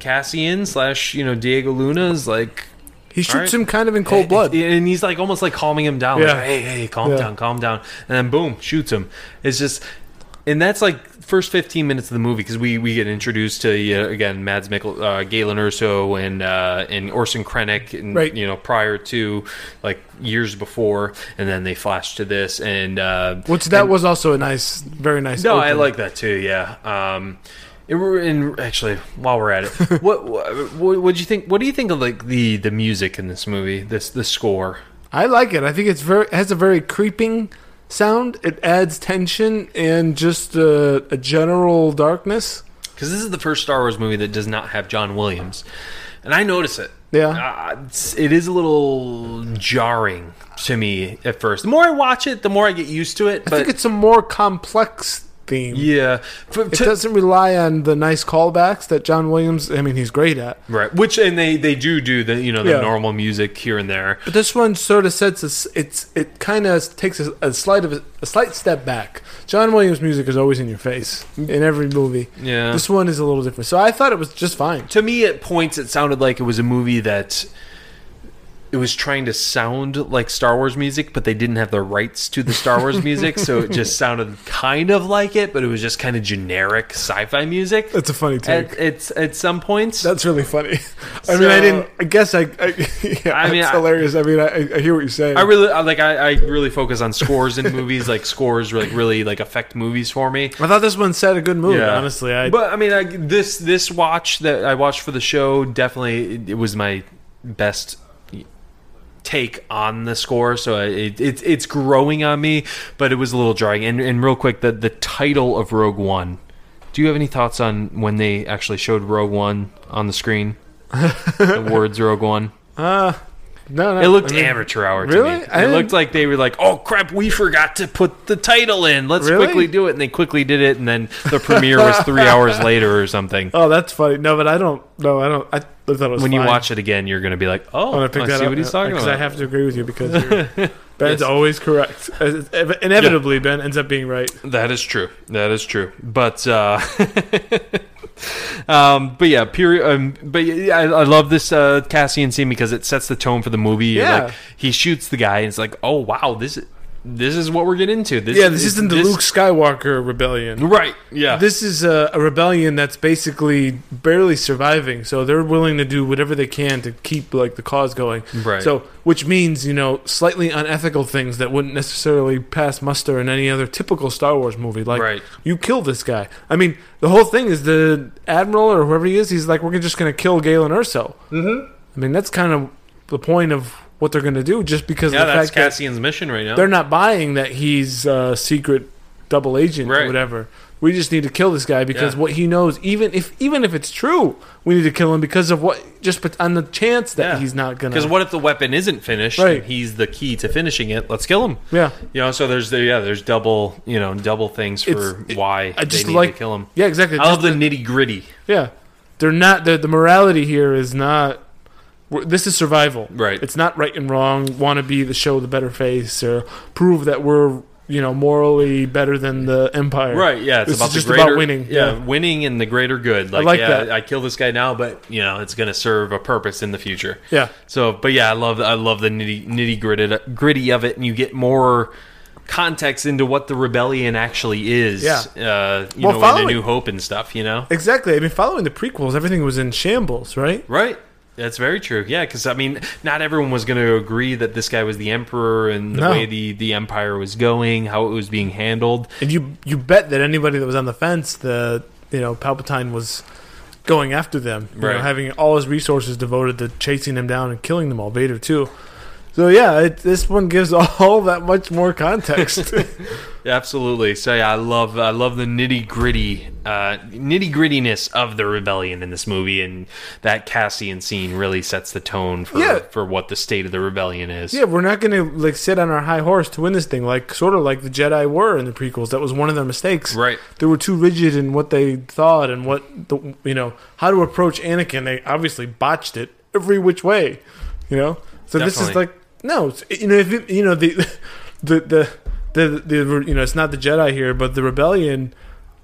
Speaker 1: Cassian slash you know Diego Luna is like
Speaker 2: he shoots
Speaker 1: Alright.
Speaker 2: him kind of in cold blood.
Speaker 1: and he's like almost like calming him down.
Speaker 2: Yeah.
Speaker 1: Like, hey, hey, calm
Speaker 2: Yeah.
Speaker 1: down, calm down, and then boom, shoots him. It's just, and that's like first fifteen minutes of the movie because we we get introduced to uh, again Mads Mikkel, uh, Galen Urso, and uh, and Orson Krennic, and
Speaker 2: Right.
Speaker 1: you know prior to like years before, and then they flash to this and. Uh,
Speaker 2: Which that was also a nice, very nice.
Speaker 1: no, I
Speaker 2: open.
Speaker 1: like that too. Yeah. Um, it, were- and actually, while we're at
Speaker 2: <laughs>
Speaker 1: it, what what what do you think? What do you think of like the the music in this movie? This the score.
Speaker 2: I like it. I think it's very it has a very creeping sound. It adds tension and just uh, a, a general darkness.
Speaker 1: because this is the first Star Wars movie that does not have John Williams, and I notice it.
Speaker 2: Yeah.
Speaker 1: uh, it's, it is a little jarring to me at first. The more I watch it, the more I get used to it.
Speaker 2: I think
Speaker 1: But
Speaker 2: it's a more complex theme.
Speaker 1: yeah, For-
Speaker 2: It
Speaker 1: to-
Speaker 2: doesn't rely on the nice callbacks that John Williams. I mean, he's great at.
Speaker 1: right. Which and they they do do the you know the
Speaker 2: Yeah.
Speaker 1: normal music here and there.
Speaker 2: But this one sort of sets us. It's it kind of takes a, a slight of a, a slight step back. John Williams' music is always in your face in every movie.
Speaker 1: Mm. Yeah.
Speaker 2: this one is a little different. So I thought it was just fine.
Speaker 1: to me at points it sounded like it was a movie that it was trying to sound like Star Wars music, but they didn't have the rights to the Star Wars music, so it
Speaker 2: <laughs>
Speaker 1: just sounded kind of like it, but it was just kind of generic sci-fi music.
Speaker 2: That's a funny take.
Speaker 1: At, it's at some points.
Speaker 2: That's really funny. <laughs> I mean, I
Speaker 1: So-
Speaker 2: didn't. I guess I. I, <laughs> yeah,
Speaker 1: I mean,
Speaker 2: it's
Speaker 1: I-
Speaker 2: hilarious. I mean, I, I hear what you're saying.
Speaker 1: I really I, like. I, I really focus on scores in movies. Like scores, like really like affect movies for me.
Speaker 2: I thought this one set a good mood. Honestly, I.
Speaker 1: but I mean, I, this this watch that I watched for the show definitely it, it was my best take on the score. So it, it it's growing on me, but it was a little jarring. And and real quick, the the title of Rogue One. Do you have any thoughts on when they actually showed Rogue One on the
Speaker 2: <laughs>
Speaker 1: screen? the words Rogue One.
Speaker 2: no, no,
Speaker 1: It looked
Speaker 2: I mean,
Speaker 1: amateur hour to
Speaker 2: really?
Speaker 1: me.
Speaker 2: I
Speaker 1: it
Speaker 2: didn't-
Speaker 1: looked like they were like, "Oh crap, we forgot to put the title in. Let's
Speaker 2: Really?
Speaker 1: quickly do it." And they quickly did it, and then the premiere
Speaker 2: <laughs>
Speaker 1: was three hours later or something.
Speaker 2: Oh, that's funny. No, but I don't. No, I don't. I, I thought it was
Speaker 1: When
Speaker 2: fine.
Speaker 1: you watch it again, you're going to be like, "Oh,
Speaker 2: When
Speaker 1: I,
Speaker 2: I pick that
Speaker 1: see
Speaker 2: up,
Speaker 1: what he's talking
Speaker 2: because
Speaker 1: about."
Speaker 2: I have to agree with
Speaker 1: <laughs>
Speaker 2: you because you're, Ben's always correct. As- ev- Inevitably, Ben ends up being right.
Speaker 1: That is true. That is true. But uh <laughs> um but yeah, period um, but yeah, I, I love this uh Cassian scene because it sets the tone for the movie. You're
Speaker 2: Yeah.
Speaker 1: Like he shoots the guy and it's like, "Oh, wow, this this is what we're getting into." This
Speaker 2: Yeah, this isn't the Luke Skywalker rebellion.
Speaker 1: Right. Yeah.
Speaker 2: This is a, a rebellion that's basically barely surviving. So they're willing to do whatever they can to keep like the cause going.
Speaker 1: Right.
Speaker 2: So, which means you know slightly unethical things that wouldn't necessarily pass muster in any other typical Star Wars movie. Like
Speaker 1: Right.
Speaker 2: you kill this guy. I mean, the whole thing is the admiral or whoever he is. He's like, we're just gonna kill Galen Urso. Mm-hmm. I mean, that's kind of the point of what they're gonna do, just because
Speaker 1: yeah,
Speaker 2: of the
Speaker 1: that's
Speaker 2: fact that
Speaker 1: Cassian's mission right now.
Speaker 2: they're not buying that he's a secret double agent
Speaker 1: Right.
Speaker 2: or whatever. We just need to kill this guy because
Speaker 1: Yeah.
Speaker 2: what he knows, even if even if it's true, we need to kill him because of what just put- on the chance that he's not gonna.
Speaker 1: Because what if the weapon isn't finished?
Speaker 2: Right.
Speaker 1: And he's the key to finishing it. Let's kill him.
Speaker 2: Yeah.
Speaker 1: You know, so there's the yeah, there's double you know double things
Speaker 2: It's-
Speaker 1: for
Speaker 2: it-
Speaker 1: why
Speaker 2: I just
Speaker 1: they need
Speaker 2: like
Speaker 1: to kill him.
Speaker 2: Yeah, exactly.
Speaker 1: I love
Speaker 2: Just,
Speaker 1: the nitty gritty.
Speaker 2: yeah, they're not the the morality here is not we're, this is survival.
Speaker 1: Right.
Speaker 2: It's not right and wrong. Want to be the show the better face or prove that we're you know morally better than the empire.
Speaker 1: Right, yeah, it's
Speaker 2: This
Speaker 1: about
Speaker 2: is
Speaker 1: the
Speaker 2: just
Speaker 1: greater
Speaker 2: about winning.
Speaker 1: Yeah, winning and the greater good. Like,
Speaker 2: like
Speaker 1: yeah,
Speaker 2: that.
Speaker 1: I kill this guy now, but you know, it's going to serve a purpose in the future.
Speaker 2: Yeah.
Speaker 1: So, but yeah, I love I love the nitty nitty gritty gritty of it, and you get more context into what the rebellion actually is.
Speaker 2: Yeah.
Speaker 1: Uh, you know,
Speaker 2: Well,
Speaker 1: in
Speaker 2: following-
Speaker 1: the New Hope and stuff. You know.
Speaker 2: Exactly. I mean, following the prequels, everything was in shambles, right?
Speaker 1: Right. That's very true. Yeah, because I mean, not everyone was going to agree that this guy was the emperor and the
Speaker 2: No.
Speaker 1: way the the empire was going, how it was being handled.
Speaker 2: And you you bet that anybody that was on the fence, the you know Palpatine was going after them, you know,
Speaker 1: Right.
Speaker 2: having all his resources devoted to chasing them down and killing them all. Vader too. So yeah, it, this one gives <laughs> all that much more context. <laughs>
Speaker 1: Absolutely. So yeah, I love I love the nitty gritty uh, nitty grittiness of the rebellion in this movie, and that Cassian scene really sets the tone for
Speaker 2: Yeah.
Speaker 1: for what the state of the rebellion is.
Speaker 2: yeah, we're not gonna like sit on our high horse to win this thing, like sort of like the Jedi were in the prequels. That was one of their mistakes.
Speaker 1: Right.
Speaker 2: They were too rigid in what they thought and what the you know how to approach Anakin. They obviously botched it every which way. You know. So this is
Speaker 1: Definitely.
Speaker 2: like no, it's- you know if it, you know the <laughs> the the. The, the you know it's not the Jedi here, but the rebellion.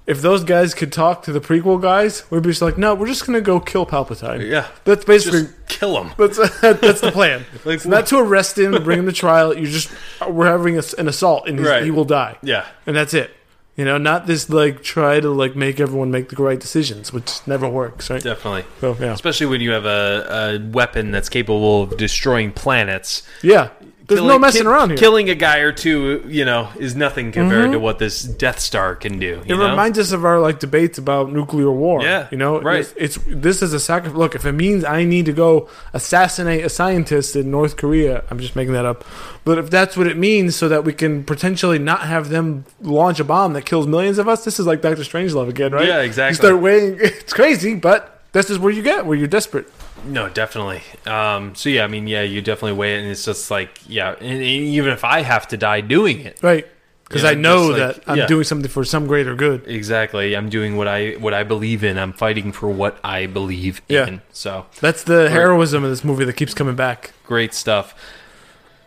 Speaker 2: If those guys could talk to the prequel guys, we'd be just like, no, we're just gonna go kill Palpatine.
Speaker 1: Yeah.
Speaker 2: that's basically
Speaker 1: Just kill him.
Speaker 2: that's uh, that's the plan.
Speaker 1: Like,
Speaker 2: It's not to arrest him, bring him to trial. You just we're having a, an assault, and he's,
Speaker 1: Right.
Speaker 2: he will die.
Speaker 1: Yeah.
Speaker 2: and that's it. You know, not this like try to like make everyone make the right decisions, which never works, right?
Speaker 1: Definitely.
Speaker 2: So yeah,
Speaker 1: Especially when you have a, a weapon that's capable of destroying planets.
Speaker 2: yeah. There's no
Speaker 1: Killing-
Speaker 2: messing
Speaker 1: ki-
Speaker 2: around here. Mm-hmm.
Speaker 1: Killing a guy or two, you know, is nothing compared to what this Death Star can do.
Speaker 2: It
Speaker 1: you know?
Speaker 2: reminds us of our like debates about nuclear war.
Speaker 1: Yeah,
Speaker 2: you know,
Speaker 1: right.
Speaker 2: It's, it's this is a sacrifice. Look, if it means I need to go assassinate a scientist in North Korea, I'm just making that up. But if that's what it means, so that we can potentially not have them launch a bomb that kills millions of us, this is like Doctor Strangelove again, right?
Speaker 1: Yeah,
Speaker 2: You
Speaker 1: exactly.
Speaker 2: start weighing. <laughs> It's crazy, but this is where you get where you're desperate.
Speaker 1: No, definitely. Um, so yeah, I mean, yeah, you definitely weigh it, and it's just like, yeah, and, and even if I have to die doing it,
Speaker 2: Right. Because
Speaker 1: Yeah,
Speaker 2: I know
Speaker 1: just like-
Speaker 2: that I'm
Speaker 1: yeah.
Speaker 2: doing something for some greater good.
Speaker 1: exactly, I'm doing what I what I believe in. I'm fighting for what I believe
Speaker 2: Yeah.
Speaker 1: in. So
Speaker 2: That's the heroism of this movie that keeps coming back.
Speaker 1: great stuff.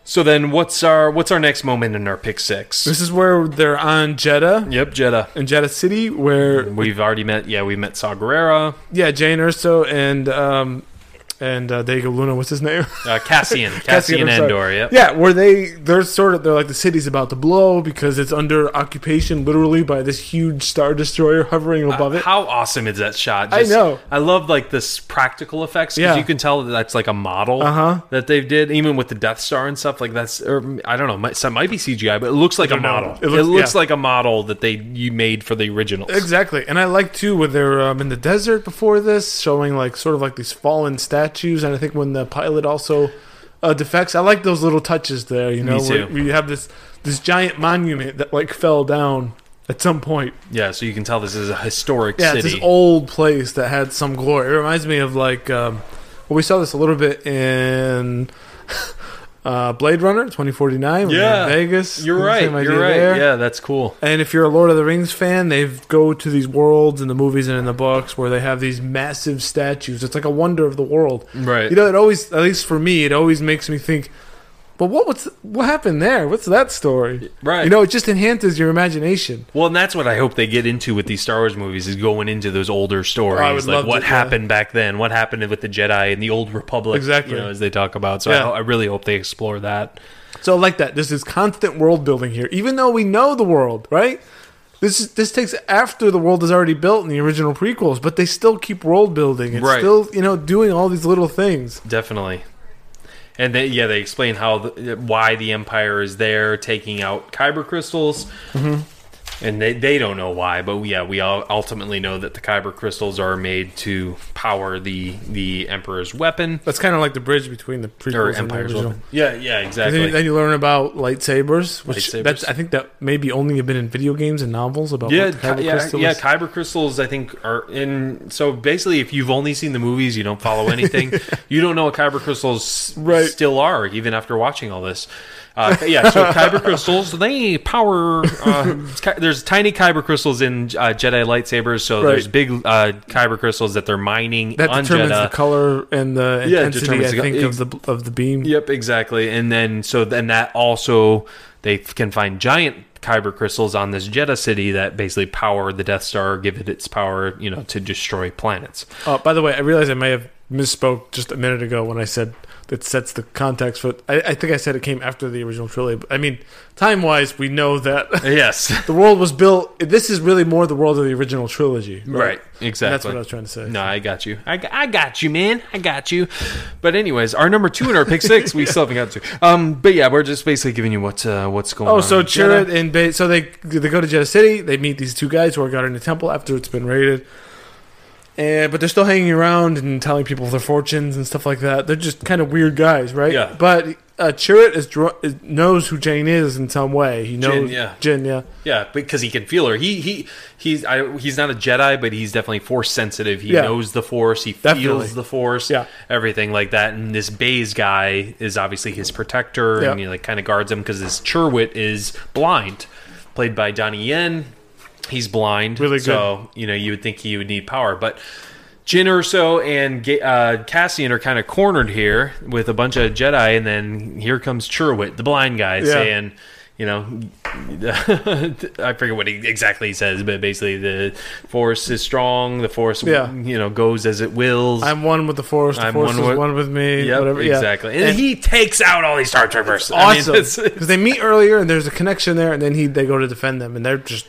Speaker 1: So then, what's our what's our next moment in our pick six?
Speaker 2: <laughs> This is where they're on Jeddah
Speaker 1: Yep, Jeddah.
Speaker 2: and Jeddah City, where
Speaker 1: We've already met. Yeah, we met Saw Gerrera,
Speaker 2: Yeah, Jane Erso and um and uh, Diego Luna. What's his name?
Speaker 1: uh, Cassian, <laughs> Cassian,
Speaker 2: <laughs> Cassian, I'm sorry.
Speaker 1: Endor. Yep.
Speaker 2: Yeah, where they they're sort of they're like the city's about to blow because it's under occupation literally by this huge star destroyer hovering above it.
Speaker 1: Uh, How awesome is that shot?
Speaker 2: I know.
Speaker 1: I love like this practical effects because
Speaker 2: Yeah.
Speaker 1: you can tell that that's like a model
Speaker 2: Uh-huh.
Speaker 1: that they did, even with the Death Star and stuff. Like that's, or I don't know, might, some might be CGI, but it looks like a
Speaker 2: don't know.
Speaker 1: model. It
Speaker 2: It
Speaker 1: looks,
Speaker 2: looks- yeah.
Speaker 1: like a model that they you made for the originals.
Speaker 2: Exactly, and I like too when they're um, in the desert before this, showing like sort of like these fallen statues, and I think when the pilot also uh, defects, I like those little touches there. You know, where
Speaker 1: too.
Speaker 2: we have this this giant monument that like fell down at some point,
Speaker 1: Yeah, so you can tell this is a historic
Speaker 2: Yeah,
Speaker 1: city.
Speaker 2: it's this old place that had some glory. It reminds me of like um, well, we saw this a little bit in <laughs> uh, Blade Runner 2049. when they were
Speaker 1: Yeah.
Speaker 2: in Vegas.
Speaker 1: you're
Speaker 2: the
Speaker 1: right.
Speaker 2: same idea
Speaker 1: You're right.
Speaker 2: there.
Speaker 1: Yeah, that's cool.
Speaker 2: And if you're a Lord of the Rings fan, they go to these worlds in the movies and in the books where they have these massive statues. It's like a wonder of the world.
Speaker 1: Right.
Speaker 2: You know, it always, at least for me, it always makes me think. But what was what happened there? What's that story?
Speaker 1: Right.
Speaker 2: You know, it just enhances your imagination.
Speaker 1: Well, and that's what I hope they get into with these Star Wars movies is going into those older stories,
Speaker 2: Oh, I would
Speaker 1: like
Speaker 2: love
Speaker 1: what
Speaker 2: to, yeah.
Speaker 1: happened back then, what happened with the Jedi and the Old Republic,
Speaker 2: Exactly.
Speaker 1: You know, as they talk about. So
Speaker 2: Yeah.
Speaker 1: I, I really hope they explore that.
Speaker 2: So I like that. This is constant world building here, even though we know the world, right? This is, this takes after the world is already built in the original prequels, but they still keep world building. It's
Speaker 1: Right.
Speaker 2: still you know doing all these little things.
Speaker 1: Definitely. And they, yeah, they explain how the, why the Empire is there, taking out kyber crystals,
Speaker 2: Mm-hmm.
Speaker 1: and they, they don't know why, but yeah, we all ultimately know that the kyber crystals are made to power the the Emperor's weapon
Speaker 2: That's kind of like the bridge between the prequels
Speaker 1: or
Speaker 2: and the
Speaker 1: Empire's
Speaker 2: original.
Speaker 1: weapon. Yeah, yeah,
Speaker 2: And then,
Speaker 1: exactly.
Speaker 2: you- then you learn about lightsabers, which
Speaker 1: Lightsabers.
Speaker 2: that's I think that maybe only have been in video games and novels about
Speaker 1: yeah,
Speaker 2: what the kyber
Speaker 1: ki- yeah,
Speaker 2: crystal
Speaker 1: yeah.
Speaker 2: is.
Speaker 1: Kyber crystals, I think, are in. So basically, if you've only seen the movies, you don't
Speaker 2: <laughs>
Speaker 1: follow anything. you don't know what kyber crystals
Speaker 2: Right.
Speaker 1: still are, even after watching all this. Uh, yeah, so
Speaker 2: <laughs>
Speaker 1: kyber crystals, they power. Uh, ki- there's tiny kyber crystals in uh, Jedi lightsabers, so
Speaker 2: Right.
Speaker 1: there's big uh, kyber crystals that they're mining
Speaker 2: That
Speaker 1: on
Speaker 2: determines
Speaker 1: Jeddah.
Speaker 2: the color and the
Speaker 1: Yeah, it
Speaker 2: intensity,
Speaker 1: determines
Speaker 2: I
Speaker 1: the co-
Speaker 2: think, of the of the beam.
Speaker 1: Yep, exactly. And then so then that also they f- can find giant kyber crystals on this Jeddah city that basically power the Death Star, give it its power, you know, to destroy planets.
Speaker 2: Uh, by the way, I realize I may have misspoke just a minute ago when I said that sets the context for. I, I think I said it came after the original trilogy. But, I mean, time wise, we know that <laughs>
Speaker 1: Yes.
Speaker 2: the world was built. This is really more the world of the original trilogy,
Speaker 1: <laughs> Right, exactly.
Speaker 2: And that's what I was trying to say.
Speaker 1: No, I got you. I, I got you, man. I got you. But anyways, our number two in our pick six, we still haven't got to. Um, but yeah, we're just basically giving you what's uh, what's going on.
Speaker 2: Oh, so
Speaker 1: in Jeddah.
Speaker 2: Chirrut and ba- so they they go to Jeddah City. They meet these two guys who are guarding the temple after it's been raided, and but they're still hanging around and telling people their fortunes and stuff like that. They're just kind of weird guys, right?
Speaker 1: Yeah.
Speaker 2: But uh, Chirrut is, dr- is knows who Jane is in some way. He knows
Speaker 1: yeah.
Speaker 2: Jin, yeah.
Speaker 1: Yeah, because he can feel her. He he he's I, he's not a Jedi, but he's definitely Force sensitive. He
Speaker 2: Yeah.
Speaker 1: knows the Force. He
Speaker 2: Definitely.
Speaker 1: feels the Force.
Speaker 2: Yeah.
Speaker 1: everything like that. And this Baze guy is obviously his protector,
Speaker 2: Yeah.
Speaker 1: and he like kind of guards him because this Chirwit is blind, played by Donnie Yen. He's blind,
Speaker 2: Really good.
Speaker 1: So you know you would think he would need power, but. Jin Urso and Ga- uh, Cassian are kind of cornered here with a bunch of Jedi, and then here comes Chirwit, the blind guy, saying, you know, <laughs> I forget what he, exactly he says, but basically the force is strong. The force,
Speaker 2: Yeah.
Speaker 1: you know, goes as it wills.
Speaker 2: I'm one with the force. The
Speaker 1: I'm
Speaker 2: force
Speaker 1: one
Speaker 2: is
Speaker 1: with-
Speaker 2: one with me.
Speaker 1: Yep,
Speaker 2: whatever. yeah.
Speaker 1: exactly. And, he takes out all these Star Troopers. I mean,
Speaker 2: awesome
Speaker 1: it's- <laughs>
Speaker 2: because they meet earlier and there's a connection there, and then he they go to defend them, and they're just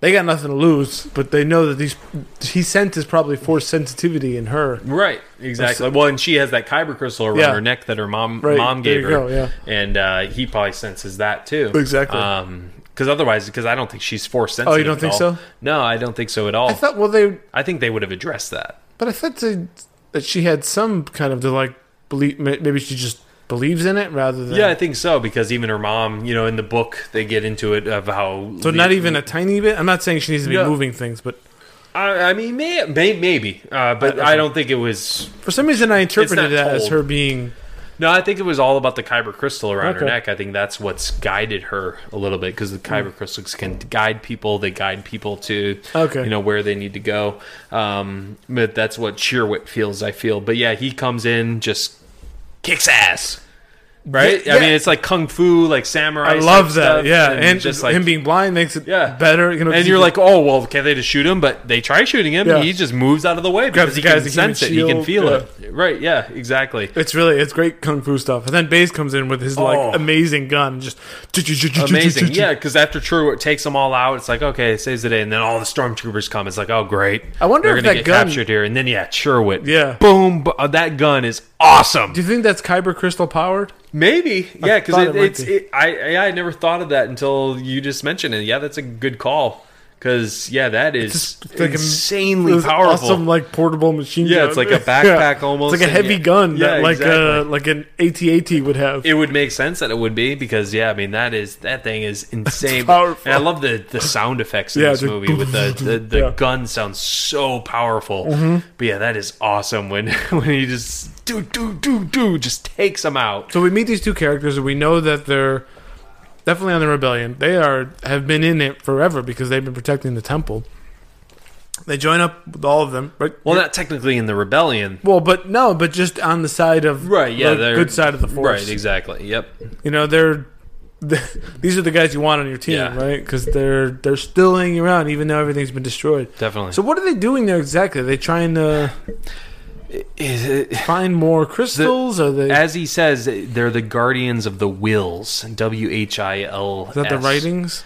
Speaker 2: they got nothing to lose, but they know that these he sent is probably force sensitivity in her.
Speaker 1: Right, exactly. Well, and she has that kyber crystal around
Speaker 2: Yeah.
Speaker 1: her neck that her mom
Speaker 2: Right,
Speaker 1: mom
Speaker 2: there
Speaker 1: gave
Speaker 2: you
Speaker 1: her,
Speaker 2: go, yeah.
Speaker 1: and uh, he probably senses that too.
Speaker 2: Exactly.
Speaker 1: because otherwise, because I don't think she's force sensitive.
Speaker 2: Oh, you don't
Speaker 1: at
Speaker 2: think
Speaker 1: all.
Speaker 2: so?
Speaker 1: No, I don't think so at all.
Speaker 2: I thought well they,
Speaker 1: I think they would have addressed that.
Speaker 2: but I thought they, that she had some kind of the like believe ma- maybe she just believes in it rather than
Speaker 1: Yeah, I think so because even her mom, you know, in the book they get into it of how.
Speaker 2: So not even a tiny bit. I'm not saying she needs to be
Speaker 1: Yeah.
Speaker 2: moving things, but
Speaker 1: I, I mean, may, may, maybe, uh, but I don't think it was.
Speaker 2: for some reason I interpreted that as
Speaker 1: told.
Speaker 2: her being
Speaker 1: No, I think it was all about the kyber crystal around her
Speaker 2: Okay. Hmm.
Speaker 1: neck. I think that's what's guided her a little bit because the kyber crystals can guide people. They guide people to
Speaker 2: Okay.
Speaker 1: you know where they need to go. Um, but that's what Cheerwit feels. I feel, but yeah, he comes in just kicks ass. Right, I
Speaker 2: Yeah.
Speaker 1: mean, it's like kung fu, like samurai.
Speaker 2: I
Speaker 1: type
Speaker 2: love that.
Speaker 1: stuff,
Speaker 2: yeah, and, him being blind makes it
Speaker 1: Yeah.
Speaker 2: better. You know, 'cause
Speaker 1: And
Speaker 2: he
Speaker 1: you're
Speaker 2: can-
Speaker 1: like, oh well, can they just shoot him? But they try shooting him.
Speaker 2: Yeah.
Speaker 1: He just moves out of the way because
Speaker 2: the
Speaker 1: he can
Speaker 2: guy's a human
Speaker 1: sense it. He can
Speaker 2: shield,
Speaker 1: feel
Speaker 2: yeah.
Speaker 1: it. Right? Yeah. Exactly.
Speaker 2: It's really it's great kung fu stuff. And then Baze comes in with his like
Speaker 1: Oh.
Speaker 2: amazing gun, just
Speaker 1: Amazing. Yeah. Because after True takes them all out, it's like okay, it saves the day, and then all the stormtroopers come. It's like oh great.
Speaker 2: I wonder
Speaker 1: They're
Speaker 2: if
Speaker 1: gonna
Speaker 2: that
Speaker 1: get
Speaker 2: gun-
Speaker 1: captured here, and then yeah, Sherwood.
Speaker 2: Yeah.
Speaker 1: Boom. bu- uh, that gun is awesome.
Speaker 2: Do you think that's kyber crystal powered?
Speaker 1: Maybe. Yeah. Because
Speaker 2: thought
Speaker 1: it,
Speaker 2: it might
Speaker 1: it's.
Speaker 2: be.
Speaker 1: It, I yeah, I never thought of that until you just mentioned it. Yeah, that's a good call. Because yeah, that is
Speaker 2: It's like a-
Speaker 1: insanely
Speaker 2: this
Speaker 1: powerful.
Speaker 2: Awesome like portable machine.
Speaker 1: Yeah,
Speaker 2: gun.
Speaker 1: it's like a
Speaker 2: <laughs> Yeah.
Speaker 1: backpack almost,
Speaker 2: It's like a
Speaker 1: and
Speaker 2: heavy
Speaker 1: yeah.
Speaker 2: gun
Speaker 1: Yeah,
Speaker 2: that like uh,
Speaker 1: exactly.
Speaker 2: like an AT-AT would have.
Speaker 1: it would make sense that it would be because yeah, I mean that is that thing
Speaker 2: <laughs>
Speaker 1: is insane.
Speaker 2: powerful.
Speaker 1: And I love the the sound effects in
Speaker 2: Yeah,
Speaker 1: this
Speaker 2: the-
Speaker 1: movie with
Speaker 2: <laughs>
Speaker 1: the the, the
Speaker 2: Yeah. Mm-hmm.
Speaker 1: gun sounds so powerful. But yeah, that is awesome when <laughs> when he just do do do do just takes them out.
Speaker 2: so we meet these two characters and we know that they're definitely on the rebellion. They are have been in it forever because they've been protecting the temple. They join up with all of them, right?
Speaker 1: Well, not technically in the rebellion.
Speaker 2: Well, but no, but just on the side of
Speaker 1: Right, yeah,
Speaker 2: the
Speaker 1: they're-
Speaker 2: good side of the force.
Speaker 1: Right, exactly. Yep.
Speaker 2: you know they're <laughs> these are the guys you want on your team,
Speaker 1: Yeah.
Speaker 2: right? Because they're they're still hanging around even though everything's been destroyed.
Speaker 1: Definitely.
Speaker 2: So what are they doing there exactly? Are they trying to
Speaker 1: Is it-
Speaker 2: find more crystals? are they?
Speaker 1: as he says, they're the guardians of the wills. W H I L.
Speaker 2: Is that the writings?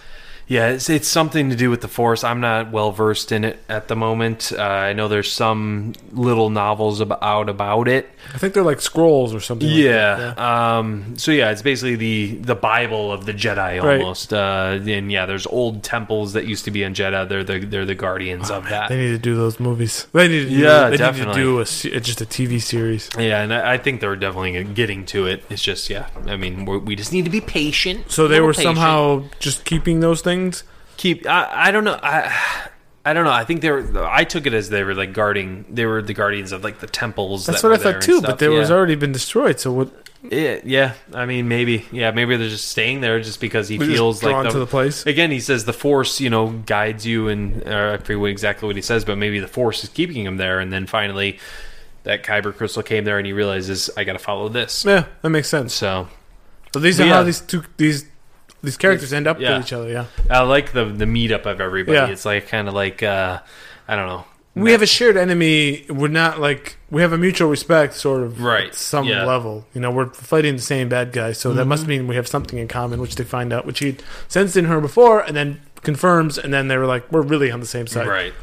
Speaker 1: Yeah, it's, it's something to do with the Force. I'm not well versed in it at the moment. Uh, I know there's some little novels about, out about it.
Speaker 2: I think they're like scrolls or something. like that,
Speaker 1: Yeah. Um, so yeah, it's basically the the Bible of the Jedi
Speaker 2: Right.
Speaker 1: almost. Uh, and yeah, there's old temples that used to be in Jeddah. They're the they're the guardians of that.
Speaker 2: They need to do those movies. They need to do,
Speaker 1: Yeah,
Speaker 2: they Need
Speaker 1: definitely.
Speaker 2: to do a, se- just a TV series.
Speaker 1: yeah, and I, I think they're definitely getting to it. It's just yeah. I mean, we're, we just need to be patient.
Speaker 2: So they
Speaker 1: Little
Speaker 2: were
Speaker 1: patient.
Speaker 2: somehow just keeping those things.
Speaker 1: keep. I, I don't know. I I don't know. I think they were. I took it as they were like guarding. They were the guardians of like the temples.
Speaker 2: That's
Speaker 1: that
Speaker 2: what
Speaker 1: were
Speaker 2: I
Speaker 1: there
Speaker 2: thought
Speaker 1: and
Speaker 2: too,
Speaker 1: stuff.
Speaker 2: but they
Speaker 1: yeah.
Speaker 2: was already been destroyed. So what?
Speaker 1: Yeah, yeah. I mean, maybe. Yeah, maybe they're just staying there just because he
Speaker 2: We're just
Speaker 1: feels like
Speaker 2: drawn to the place.
Speaker 1: Again, he says the force, you know, guides you, and or I forget what- exactly what he says, but maybe the force is keeping him there. And then finally, that kyber crystal came there, and he realizes I got to follow this.
Speaker 2: Yeah, that makes sense.
Speaker 1: So
Speaker 2: So these
Speaker 1: But
Speaker 2: are
Speaker 1: yeah.
Speaker 2: how these two these these characters end up
Speaker 1: Yeah.
Speaker 2: with each other. Yeah,
Speaker 1: I like the the meetup of everybody.
Speaker 2: Yeah.
Speaker 1: It's like kind of like uh, I don't know.
Speaker 2: we have a shared enemy. We're not like we have a mutual respect, sort of,
Speaker 1: Right,
Speaker 2: At some
Speaker 1: yeah. Mm-hmm.
Speaker 2: level, you know, we're fighting the same bad guy, so that must mean we have something in common, which they find out, which he sensed in her before, and then confirms, and then they were like, we're really on the same side.
Speaker 1: Right.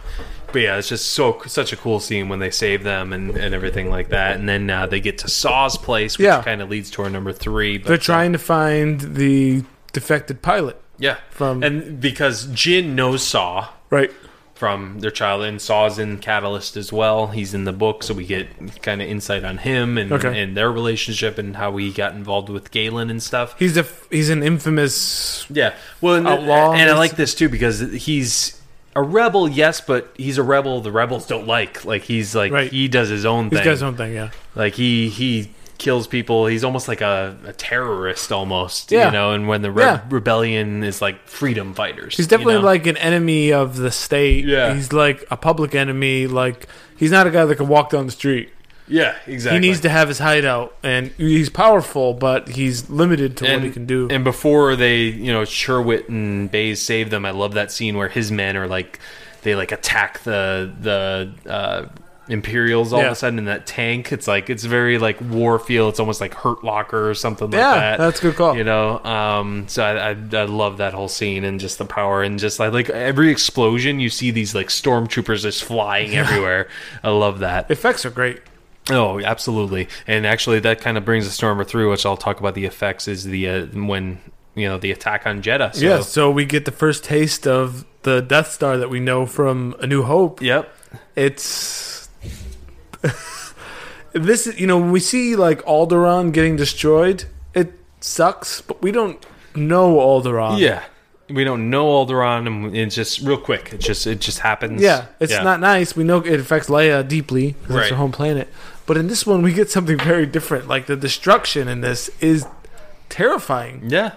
Speaker 1: But yeah, it's just so such a cool scene when they save them and, and everything like that, and then uh, they get to Saw's place, which
Speaker 2: Yeah.
Speaker 1: kind of leads to our number three. But
Speaker 2: They're trying to find the defected pilot,
Speaker 1: yeah,
Speaker 2: from-
Speaker 1: and because Jin knows Saw
Speaker 2: right?
Speaker 1: from their childhood, and Saw's in Catalyst as well. He's in the book, so we get kind of insight on him and
Speaker 2: Okay.
Speaker 1: and their relationship and how he got involved with Galen and stuff.
Speaker 2: He's a he's an infamous
Speaker 1: Yeah. Well, and,
Speaker 2: Outlaw.
Speaker 1: and I like this too because he's a rebel, yes, but he's a rebel the rebels don't like. Like he's like
Speaker 2: Right.
Speaker 1: he does his own
Speaker 2: He's
Speaker 1: thing.
Speaker 2: got his own thing, yeah.
Speaker 1: like he he kills people. He's almost like a, a terrorist almost,
Speaker 2: Yeah.
Speaker 1: you know, and when the re-
Speaker 2: Yeah.
Speaker 1: rebellion is like freedom fighters.
Speaker 2: He's definitely
Speaker 1: you know?
Speaker 2: like an enemy of the state.
Speaker 1: Yeah.
Speaker 2: He's like a public enemy. Like he's not a guy that can walk down the street.
Speaker 1: Yeah, exactly.
Speaker 2: He needs to have his hideout, and he's powerful, but he's limited to what he can do.
Speaker 1: And before they, you know, Sherwit and Bays save them, I love that scene where his men are like, they like attack the the uh, Imperials all of
Speaker 2: Yeah.
Speaker 1: a sudden in that tank. It's like it's very like war feel. It's almost like Hurt Locker or something
Speaker 2: Yeah,
Speaker 1: like that.
Speaker 2: that's a good call.
Speaker 1: You know, um, so I, I I love that whole scene and just the power and just like like every explosion, you see these like stormtroopers just flying everywhere. I love that.
Speaker 2: Effects are great.
Speaker 1: Oh, absolutely. And actually, that kind of brings the Stormer through, which I'll talk about the effects is the uh, when you know the attack on Jeddah. So.
Speaker 2: yeah. So we get the first taste of the Death Star that we know from A New Hope.
Speaker 1: Yep.
Speaker 2: It's <laughs> this. is- You know, when we see like Alderaan getting destroyed, it sucks, but we don't know Alderaan.
Speaker 1: Yeah. We don't know Alderaan, and it's just real quick. It just it just happens.
Speaker 2: Yeah, it's not nice. We know it affects Leia deeply because
Speaker 1: Right.
Speaker 2: it's her home planet. But in this one, we get something very different. Like the destruction in this is terrifying.
Speaker 1: Yeah.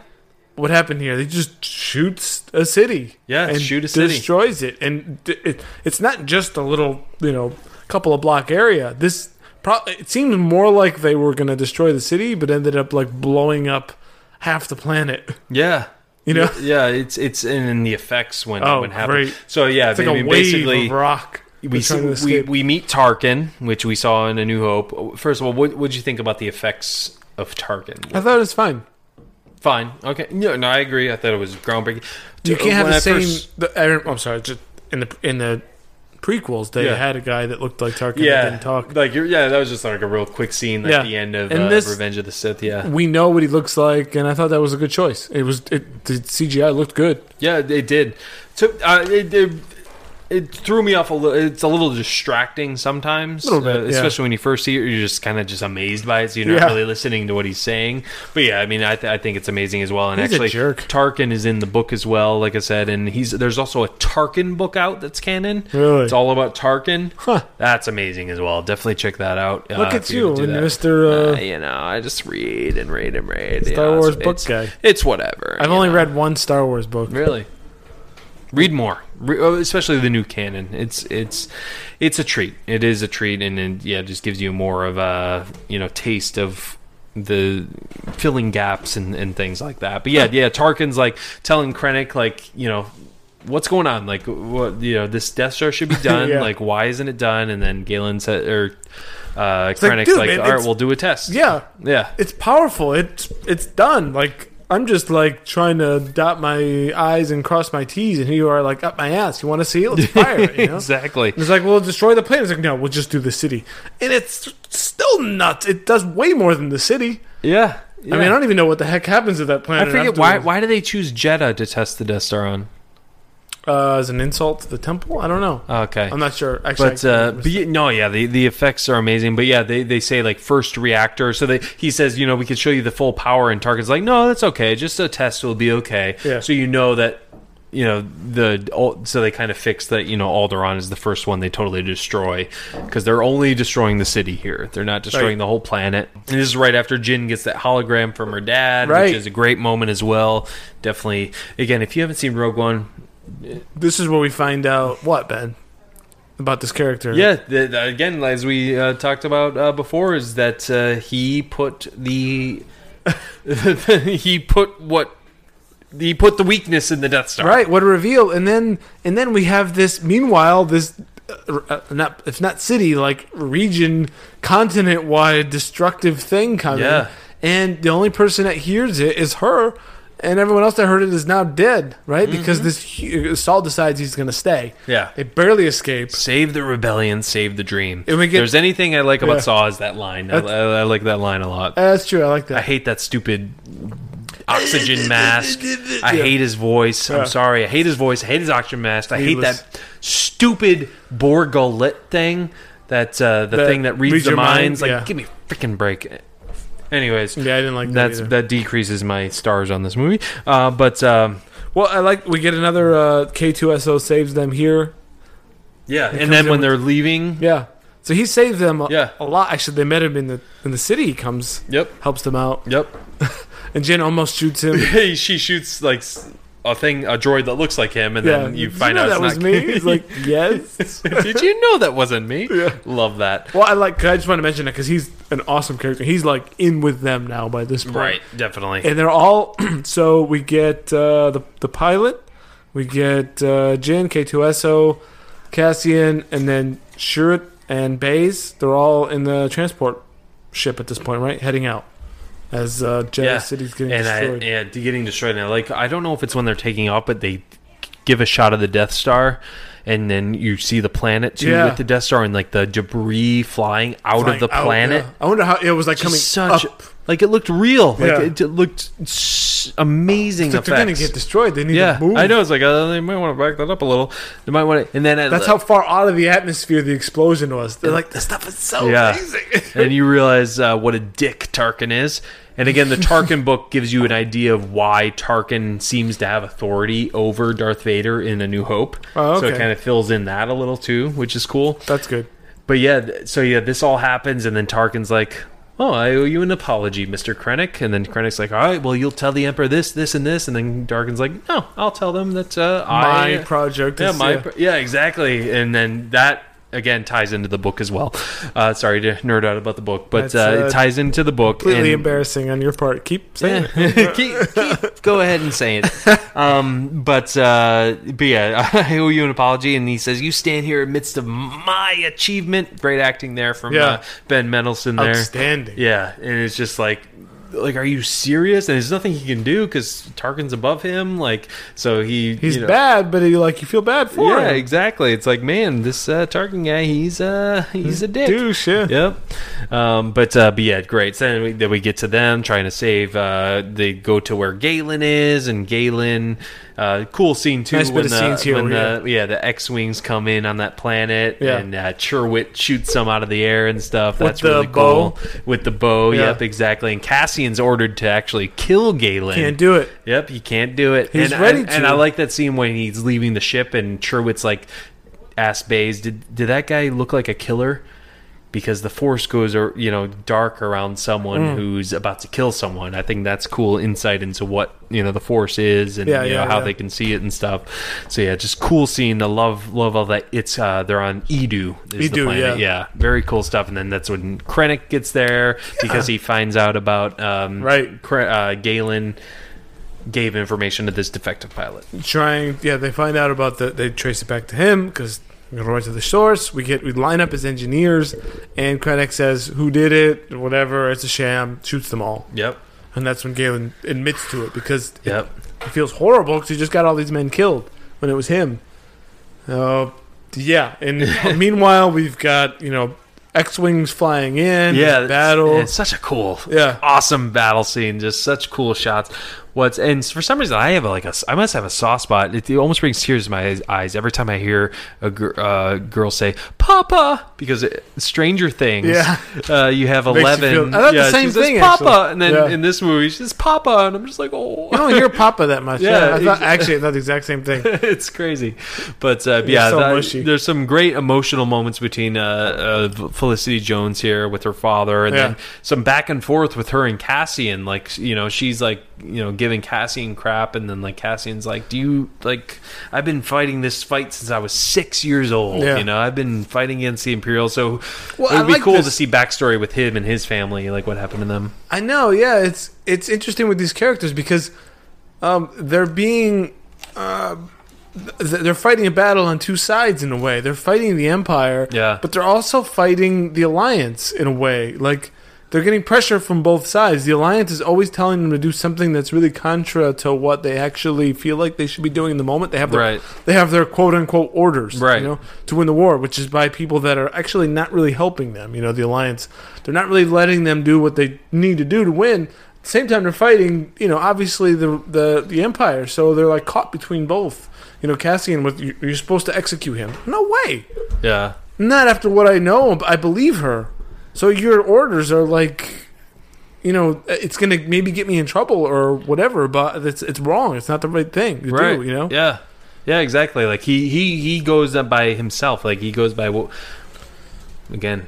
Speaker 2: What happened here? They just shoots a city.
Speaker 1: Yeah,
Speaker 2: and
Speaker 1: shoot a city.
Speaker 2: destroys it, and d- it, it's not just a little, you know, couple of block area. This pro- it seems more like they were going to destroy the city, but ended up like blowing up half the planet.
Speaker 1: Yeah.
Speaker 2: You know?
Speaker 1: Yeah. It's it's and then the effects when
Speaker 2: Oh,
Speaker 1: when happen.
Speaker 2: great.
Speaker 1: So yeah,
Speaker 2: It's like
Speaker 1: I
Speaker 2: a
Speaker 1: mean,
Speaker 2: wave
Speaker 1: basically
Speaker 2: of rock.
Speaker 1: we,
Speaker 2: They're trying to
Speaker 1: see, we
Speaker 2: escape.
Speaker 1: we meet Tarkin, which we saw in A New Hope. First of all, what would you think about the effects of Tarkin?
Speaker 2: I thought it was fine.
Speaker 1: Fine. Okay. No, no, I agree. I thought it was groundbreaking.
Speaker 2: You can't have
Speaker 1: When
Speaker 2: the
Speaker 1: I
Speaker 2: same.
Speaker 1: first-
Speaker 2: the, I, rem- I'm sorry. Just in the in the prequels, they
Speaker 1: Yeah.
Speaker 2: had a guy that looked like Tarkin
Speaker 1: yeah.
Speaker 2: and didn't talk.
Speaker 1: Like you're, yeah, that was just like a real quick scene at
Speaker 2: Yeah.
Speaker 1: the end of
Speaker 2: And
Speaker 1: uh,
Speaker 2: this-
Speaker 1: Revenge of the Sith. Yeah.
Speaker 2: We know what he looks like, and I thought that was a good choice. It was it, the CGI looked good.
Speaker 1: Yeah, it did. So uh, it, it it threw me off a little. It's a little distracting sometimes,
Speaker 2: Little bit,
Speaker 1: uh,
Speaker 2: yeah.
Speaker 1: especially when you first see it. You're just kind of just amazed by it. So you're not
Speaker 2: Yeah.
Speaker 1: really listening to what he's saying. But yeah, I mean, I, th- I think it's amazing as well. And
Speaker 2: He's a
Speaker 1: actually,
Speaker 2: jerk.
Speaker 1: Tarkin is in the book as well. Like I said, and he's there's also a Tarkin book out that's canon.
Speaker 2: Really?
Speaker 1: it's all about Tarkin.
Speaker 2: Huh.
Speaker 1: That's amazing as well. Definitely check that out.
Speaker 2: Look
Speaker 1: uh,
Speaker 2: at
Speaker 1: if you're
Speaker 2: you,
Speaker 1: gonna do that.
Speaker 2: Mister. Uh,
Speaker 1: Uh, you know, I just read and read and read. you
Speaker 2: Star
Speaker 1: know,
Speaker 2: Wars
Speaker 1: it's,
Speaker 2: book
Speaker 1: it's,
Speaker 2: guy.
Speaker 1: It's whatever.
Speaker 2: I've
Speaker 1: you
Speaker 2: only
Speaker 1: know.
Speaker 2: read one Star Wars book.
Speaker 1: Really? Read more, Re- oh, especially the new canon. It's it's it's a treat. It is a treat, and, and yeah, it just gives you more of a you know taste of the filling gaps and, and things like that. But yeah, yeah, Tarkin's like telling Krennic like you know what's going on, like what you know this Death Star
Speaker 2: <laughs>
Speaker 1: should be done.
Speaker 2: Yeah.
Speaker 1: Like why isn't it done? And then Galen said or uh, Krennic's
Speaker 2: like,
Speaker 1: like,
Speaker 2: dude, man,
Speaker 1: all right,
Speaker 2: it's-
Speaker 1: we'll do a test.
Speaker 2: Yeah,
Speaker 1: yeah,
Speaker 2: it's powerful. It's it's done. Like I'm just like trying to dot my I's and cross my T's, and here you are like up my ass. You want to see it? Let's
Speaker 1: <laughs>
Speaker 2: fire it. You know?
Speaker 1: exactly.
Speaker 2: And It's like, we'll destroy the planet. It's like, no, we'll just do the city. And it's still nuts. It does way more than the city.
Speaker 1: Yeah, yeah.
Speaker 2: I mean, I don't even know what the heck happens to that planet.
Speaker 1: I forget
Speaker 2: afterwards.
Speaker 1: why. Why do they choose Jeddah to test the Death Star on?
Speaker 2: Uh, as an insult to the temple? I don't know.
Speaker 1: Oh, Okay,
Speaker 2: I'm not sure. Actually,
Speaker 1: but
Speaker 2: I can't
Speaker 1: uh,
Speaker 2: remember.
Speaker 1: but yeah, no, yeah, the, the effects are amazing. But yeah, they, they say like first reactor. So they he says, you know, we could show you the full power, and Tarkin's like, no, that's okay. Just a test will be okay.
Speaker 2: Yeah.
Speaker 1: So you know that you know the all- so they kind of fix that you know Alderaan is the first one they totally destroy because they're only destroying the city here they're not destroying
Speaker 2: Right.
Speaker 1: the whole planet and this is right after Jin gets that hologram from her dad
Speaker 2: Right.
Speaker 1: which is a great moment as well definitely again if you haven't seen Rogue One
Speaker 2: This is where we find out what Ben about this character.
Speaker 1: Yeah, th- th- again, as we uh, talked about uh, before, is that uh, he put the <laughs> he put what he put the weakness in the Death Star.
Speaker 2: Right. What a reveal! And then and then we have this. Meanwhile, this uh, uh, not if not city like region continent wide destructive thing coming.
Speaker 1: Yeah.
Speaker 2: And the only person that hears it is her, and everyone else that heard it is now dead. Right. Because this hu- uh, Saul decides he's going to stay.
Speaker 1: Yeah.
Speaker 2: They barely escape.
Speaker 1: Save the rebellion, save the dream.
Speaker 2: And we
Speaker 1: If
Speaker 2: get-
Speaker 1: There's anything I like about
Speaker 2: Yeah.
Speaker 1: Saw is that line. I,
Speaker 2: That's-
Speaker 1: I- I like that line a lot.
Speaker 2: Uh, That's true. I like
Speaker 1: I
Speaker 2: that.
Speaker 1: hate that stupid
Speaker 2: <laughs>
Speaker 1: oxygen mask. I
Speaker 2: Yeah.
Speaker 1: hate his voice.
Speaker 2: Yeah.
Speaker 1: I'm sorry. I hate his voice. I hate his oxygen mask. I
Speaker 2: Needless.
Speaker 1: hate that stupid Borgolet thing. That uh, the
Speaker 2: That
Speaker 1: thing that reads,
Speaker 2: reads
Speaker 1: the
Speaker 2: your mind,
Speaker 1: minds. Like,
Speaker 2: yeah.
Speaker 1: give me a freaking break. Anyways,
Speaker 2: Yeah, I didn't like that
Speaker 1: that's
Speaker 2: either.
Speaker 1: that decreases my stars on this movie. Uh, but um,
Speaker 2: Well, I like we get another uh, K2SO saves them here.
Speaker 1: yeah,
Speaker 2: comes
Speaker 1: and then when
Speaker 2: in-
Speaker 1: they're leaving,
Speaker 2: Yeah. So he saved them a,
Speaker 1: Yeah.
Speaker 2: a lot. Actually, they met him in the in the city. He comes,
Speaker 1: yep,
Speaker 2: helps them out,
Speaker 1: yep.
Speaker 2: and Jin almost
Speaker 1: <laughs>
Speaker 2: shoots him.
Speaker 1: Hey, she shoots like s- a thing, a droid that looks like him, and then you
Speaker 2: Did
Speaker 1: find
Speaker 2: know
Speaker 1: out
Speaker 2: that
Speaker 1: it's
Speaker 2: was
Speaker 1: not- <laughs>
Speaker 2: me. He's like, yes.
Speaker 1: Did you know that wasn't me?
Speaker 2: <laughs> Yeah.
Speaker 1: Love that.
Speaker 2: Well, I like. 'cause I just want to mention that because he's an awesome character. He's like in with them now by this point,
Speaker 1: Right, definitely.
Speaker 2: And they're all. <clears throat> so we get uh, the the pilot, we get uh, Jin, K2SO, Cassian, and then Shurat and Baze. They're all in the transport ship at this point, right? Heading out as uh, Jedi City's getting
Speaker 1: and
Speaker 2: destroyed.
Speaker 1: I, yeah, de- getting destroyed. And I like, I don't know if it's when they're taking off, but they give a shot of the Death Star, and then you see the planet too
Speaker 2: Yeah.
Speaker 1: with the Death Star and like the debris flying out
Speaker 2: Flying
Speaker 1: of the
Speaker 2: out,
Speaker 1: planet.
Speaker 2: yeah. I wonder how it was like coming
Speaker 1: Just such
Speaker 2: up.
Speaker 1: like it looked real. Like
Speaker 2: Yeah.
Speaker 1: it, it looked s- amazing
Speaker 2: They're going to
Speaker 1: effects.
Speaker 2: get destroyed. They need
Speaker 1: yeah,
Speaker 2: to move.
Speaker 1: I know. It's like uh, they might want to back that up a little. They might want to, and then at-
Speaker 2: That's how far out of the atmosphere the explosion was. They're like, this stuff is so
Speaker 1: Yeah.
Speaker 2: amazing. <laughs>
Speaker 1: and you realize uh, what a dick Tarkin is. And again, the Tarkin book gives you an idea of why Tarkin seems to have authority over Darth Vader in A New Hope.
Speaker 2: Oh,
Speaker 1: So it
Speaker 2: okay.
Speaker 1: kind of fills in that a little too, which is cool.
Speaker 2: That's good.
Speaker 1: But yeah, th- so yeah, this all happens, and then Tarkin's like, "Oh, I owe you an apology, Mister Krennic." And then Krennic's like, "All right, well, you'll tell the Emperor this, this, and this." And then Tarkin's like, "No, I'll tell them that uh,
Speaker 2: My
Speaker 1: I
Speaker 2: project
Speaker 1: yeah,
Speaker 2: is
Speaker 1: my
Speaker 2: yeah.
Speaker 1: pr- yeah, exactly. And then that again ties into the book as well. Uh, sorry to nerd out about the book, but
Speaker 2: That's,
Speaker 1: uh,
Speaker 2: uh,
Speaker 1: it ties into the book.
Speaker 2: completely
Speaker 1: and-
Speaker 2: embarrassing on your part. Keep saying it.
Speaker 1: yeah. <laughs> Keep- keep- go ahead and say
Speaker 2: <laughs>
Speaker 1: it. Um, but uh, but yeah, <laughs> I owe you an apology. And he says, "You stand here amidst of my achievement." Great acting there from
Speaker 2: Yeah.
Speaker 1: uh, Ben Mendelsohn there.
Speaker 2: Outstanding.
Speaker 1: Yeah, and it's just like, like, are you serious? And there's nothing he can do because Tarkin's above him. Like, so he
Speaker 2: He's
Speaker 1: you know-
Speaker 2: bad, but he like you feel bad for
Speaker 1: yeah,
Speaker 2: him.
Speaker 1: exactly. It's like, man, this uh, Tarkin guy, he's uh, he's a dick.
Speaker 2: Douche, yeah.
Speaker 1: Yep. Um, but uh, but yeah, great. So then we, then we get to them trying to save. Uh, they go to where Galen is, and Galen. Uh, cool scene too.
Speaker 2: Nice bit
Speaker 1: when
Speaker 2: of
Speaker 1: the,
Speaker 2: scenes here,
Speaker 1: When
Speaker 2: yeah.
Speaker 1: the, yeah, the X wings come in on that planet,
Speaker 2: Yeah.
Speaker 1: and uh, Chirwit shoots them out of the air and stuff.
Speaker 2: With
Speaker 1: That's
Speaker 2: the
Speaker 1: really
Speaker 2: bow.
Speaker 1: cool. With the bow,
Speaker 2: Yeah.
Speaker 1: yep, exactly. And Cassian's ordered to actually kill Galen.
Speaker 2: Can't do it.
Speaker 1: Yep, he can't do it.
Speaker 2: He's
Speaker 1: and,
Speaker 2: ready
Speaker 1: and,
Speaker 2: to.
Speaker 1: and I like that scene when he's leaving the ship and Sherwood's like, asked Baze, did, did that guy look like a killer? Because the force goes, or you know, dark around someone
Speaker 2: Mm.
Speaker 1: who's about to kill someone. I think that's cool insight into what you know the force is and
Speaker 2: Yeah,
Speaker 1: you know
Speaker 2: yeah,
Speaker 1: how
Speaker 2: yeah.
Speaker 1: they can see it and stuff. So yeah, just cool scene. I love love all that. It's uh, they're on Edu. Is the
Speaker 2: Edu,
Speaker 1: planet.
Speaker 2: yeah.
Speaker 1: yeah, very cool stuff. And then that's when Krennic gets there because he finds out about um,
Speaker 2: Right.
Speaker 1: Kre- uh, Galen gave information to this defective pilot.
Speaker 2: Trying, yeah, they find out about the. They trace it back to him because we go right to the source. We get we line up as engineers, and Krennic says, "Who did it? Whatever. It's a sham." Shoots them all,
Speaker 1: Yep.
Speaker 2: and that's when Galen admits to it because
Speaker 1: Yep.
Speaker 2: He feels horrible because he just got all these men killed when it was him. Uh, yeah.
Speaker 1: <laughs>
Speaker 2: And meanwhile, we've got you know X wings flying in.
Speaker 1: Yeah.
Speaker 2: battle.
Speaker 1: It's, it's such a cool,
Speaker 2: Yeah.
Speaker 1: awesome battle scene. Just such cool shots. what's and for some reason I have like a I must have a soft spot. It, it almost brings tears to my eyes every time I hear a gir- uh, girl say "Papa" because it, Stranger Things.
Speaker 2: Yeah.
Speaker 1: uh, you
Speaker 2: <laughs>
Speaker 1: have
Speaker 2: you
Speaker 1: eleven.
Speaker 2: feel- I thought the
Speaker 1: yeah, she
Speaker 2: same
Speaker 1: says,
Speaker 2: thing,
Speaker 1: Papa,
Speaker 2: actually.
Speaker 1: and then
Speaker 2: Yeah.
Speaker 1: in this movie she says Papa, and I'm just like, oh,
Speaker 2: I don't hear Papa that
Speaker 1: <laughs>
Speaker 2: much.
Speaker 1: Yeah,
Speaker 2: Yeah, I thought,
Speaker 1: exa-
Speaker 2: actually, I thought the exact same thing.
Speaker 1: <laughs> it's crazy. But uh, yeah,
Speaker 2: so
Speaker 1: that-
Speaker 2: mushy.
Speaker 1: there's some great emotional moments between uh, uh, Felicity Jones here with her father, and
Speaker 2: Yeah.
Speaker 1: then some back and forth with her and Cassian. Like you know, she's like you know giving Cassian crap, and then like Cassian's like, "Do you like? I've been fighting this fight since I was six years old.
Speaker 2: Yeah.
Speaker 1: You know, I've been fighting against the Imperial. So
Speaker 2: Well,
Speaker 1: it would
Speaker 2: I
Speaker 1: be
Speaker 2: like
Speaker 1: cool to
Speaker 2: this-
Speaker 1: see backstory with him and his family, like what happened to them.
Speaker 2: I know. Yeah, it's it's interesting with these characters because um, they're being uh, th- they're fighting a battle on two sides in a way. They're fighting the Empire,
Speaker 1: Yeah.
Speaker 2: but they're also fighting the Alliance in a way. Like they're getting pressure from both sides. The Alliance is always telling them to do something that's really contra to what they actually feel like they should be doing in the moment. They have their,
Speaker 1: Right.
Speaker 2: they have their quote unquote orders,
Speaker 1: Right.
Speaker 2: You know, to win the war, which is by people that are actually not really helping them. You know, the alliance, they're not really letting them do what they need to do to win. At the same time, they're fighting. You know, obviously the the the empire, so they're like caught between both. You know, Cassian, with you- you're supposed to execute him. No way.
Speaker 1: Yeah,
Speaker 2: Not after what I know. I believe her. So your orders are like. You know, it's gonna maybe get me in trouble or whatever, but it's it's wrong. It's not the right thing to
Speaker 1: right.
Speaker 2: do. You know,
Speaker 1: yeah. Yeah, exactly. Like he he he goes up by himself. Like he goes by what
Speaker 2: <laughs>
Speaker 1: again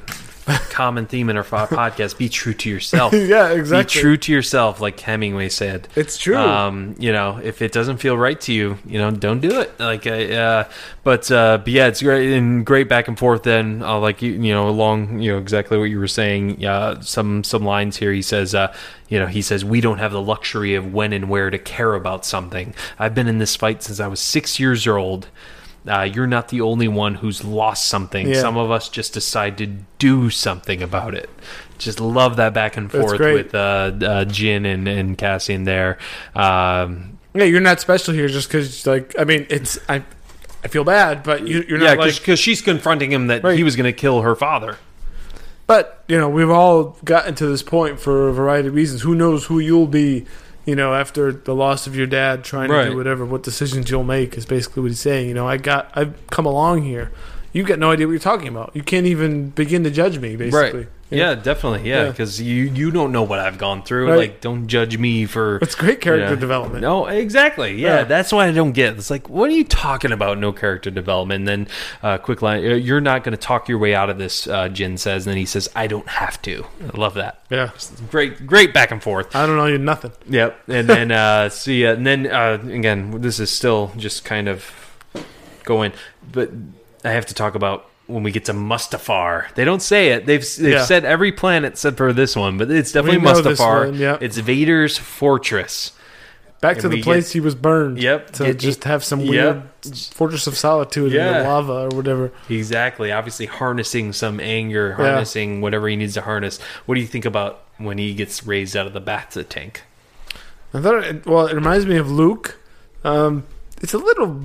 Speaker 1: common theme in our fo- podcast be true to yourself
Speaker 2: <laughs> yeah, exactly.
Speaker 1: be true to yourself like hemingway said
Speaker 2: It's true.
Speaker 1: um you know if it doesn't feel right to you you know don't do it like uh, uh but uh but yeah it's great and great back and forth then uh, like you, you know along you know exactly what you were saying uh some some lines here he says uh you know he says we don't have the luxury of when and where to care about something i've been in this fight since i was six years old uh, you're not the only one who's lost something.
Speaker 2: Yeah.
Speaker 1: Some of us just decide to do something about it. Just love that back and
Speaker 2: That's
Speaker 1: forth
Speaker 2: great.
Speaker 1: with uh, uh, Jin and, and Cassian there. Um,
Speaker 2: Yeah, you're not special here just because, like, I mean, it's I, I feel bad, but you, you're
Speaker 1: yeah,
Speaker 2: not like.
Speaker 1: because she's confronting him that he
Speaker 2: Right.
Speaker 1: was going to kill her father.
Speaker 2: But you know, we've all gotten to this point for a variety of reasons. Who knows who you'll be, you know, after the loss of your dad, trying to
Speaker 1: Right.
Speaker 2: do whatever, what decisions you'll make is basically what he's saying. You know, I got, I've come along here. You got no idea what you're talking about. You can't even begin to judge me, basically. You know?
Speaker 1: Yeah, definitely. Yeah,
Speaker 2: Yeah.
Speaker 1: because you you don't know what I've gone through.
Speaker 2: Right.
Speaker 1: Like, don't judge me for.
Speaker 2: It's great character
Speaker 1: Yeah.
Speaker 2: development.
Speaker 1: No, exactly. Yeah,
Speaker 2: Yeah.
Speaker 1: that's why I don't get. it. It's like, what are you talking about? No character development. And then, uh, quick line: uh, You're not going to talk your way out of this. Uh, Jin says, and then he says, "I don't have to." I love that.
Speaker 2: Yeah.
Speaker 1: Great, great back and forth.
Speaker 2: I don't know you nothing.
Speaker 1: Yep. And <laughs> then uh see and then uh again this is still just kind of going but I have to talk about when we get to Mustafar. They don't say it. They've they've
Speaker 2: Yeah.
Speaker 1: said every planet except for this one, but it's definitely
Speaker 2: know this
Speaker 1: Mustafar.
Speaker 2: one, yep.
Speaker 1: It's Vader's fortress.
Speaker 2: Back to
Speaker 1: And
Speaker 2: the
Speaker 1: we
Speaker 2: place he was burned.
Speaker 1: Yep.
Speaker 2: To
Speaker 1: Get-
Speaker 2: just have some
Speaker 1: Yep.
Speaker 2: weird fortress of solitude in
Speaker 1: Yeah.
Speaker 2: the lava or whatever.
Speaker 1: Exactly. Obviously harnessing some anger, harnessing whatever he needs to harness. What do you think about when he gets raised out of the Bacta tank?
Speaker 2: I thought, it, well, it reminds me of Luke. Um, it's a little,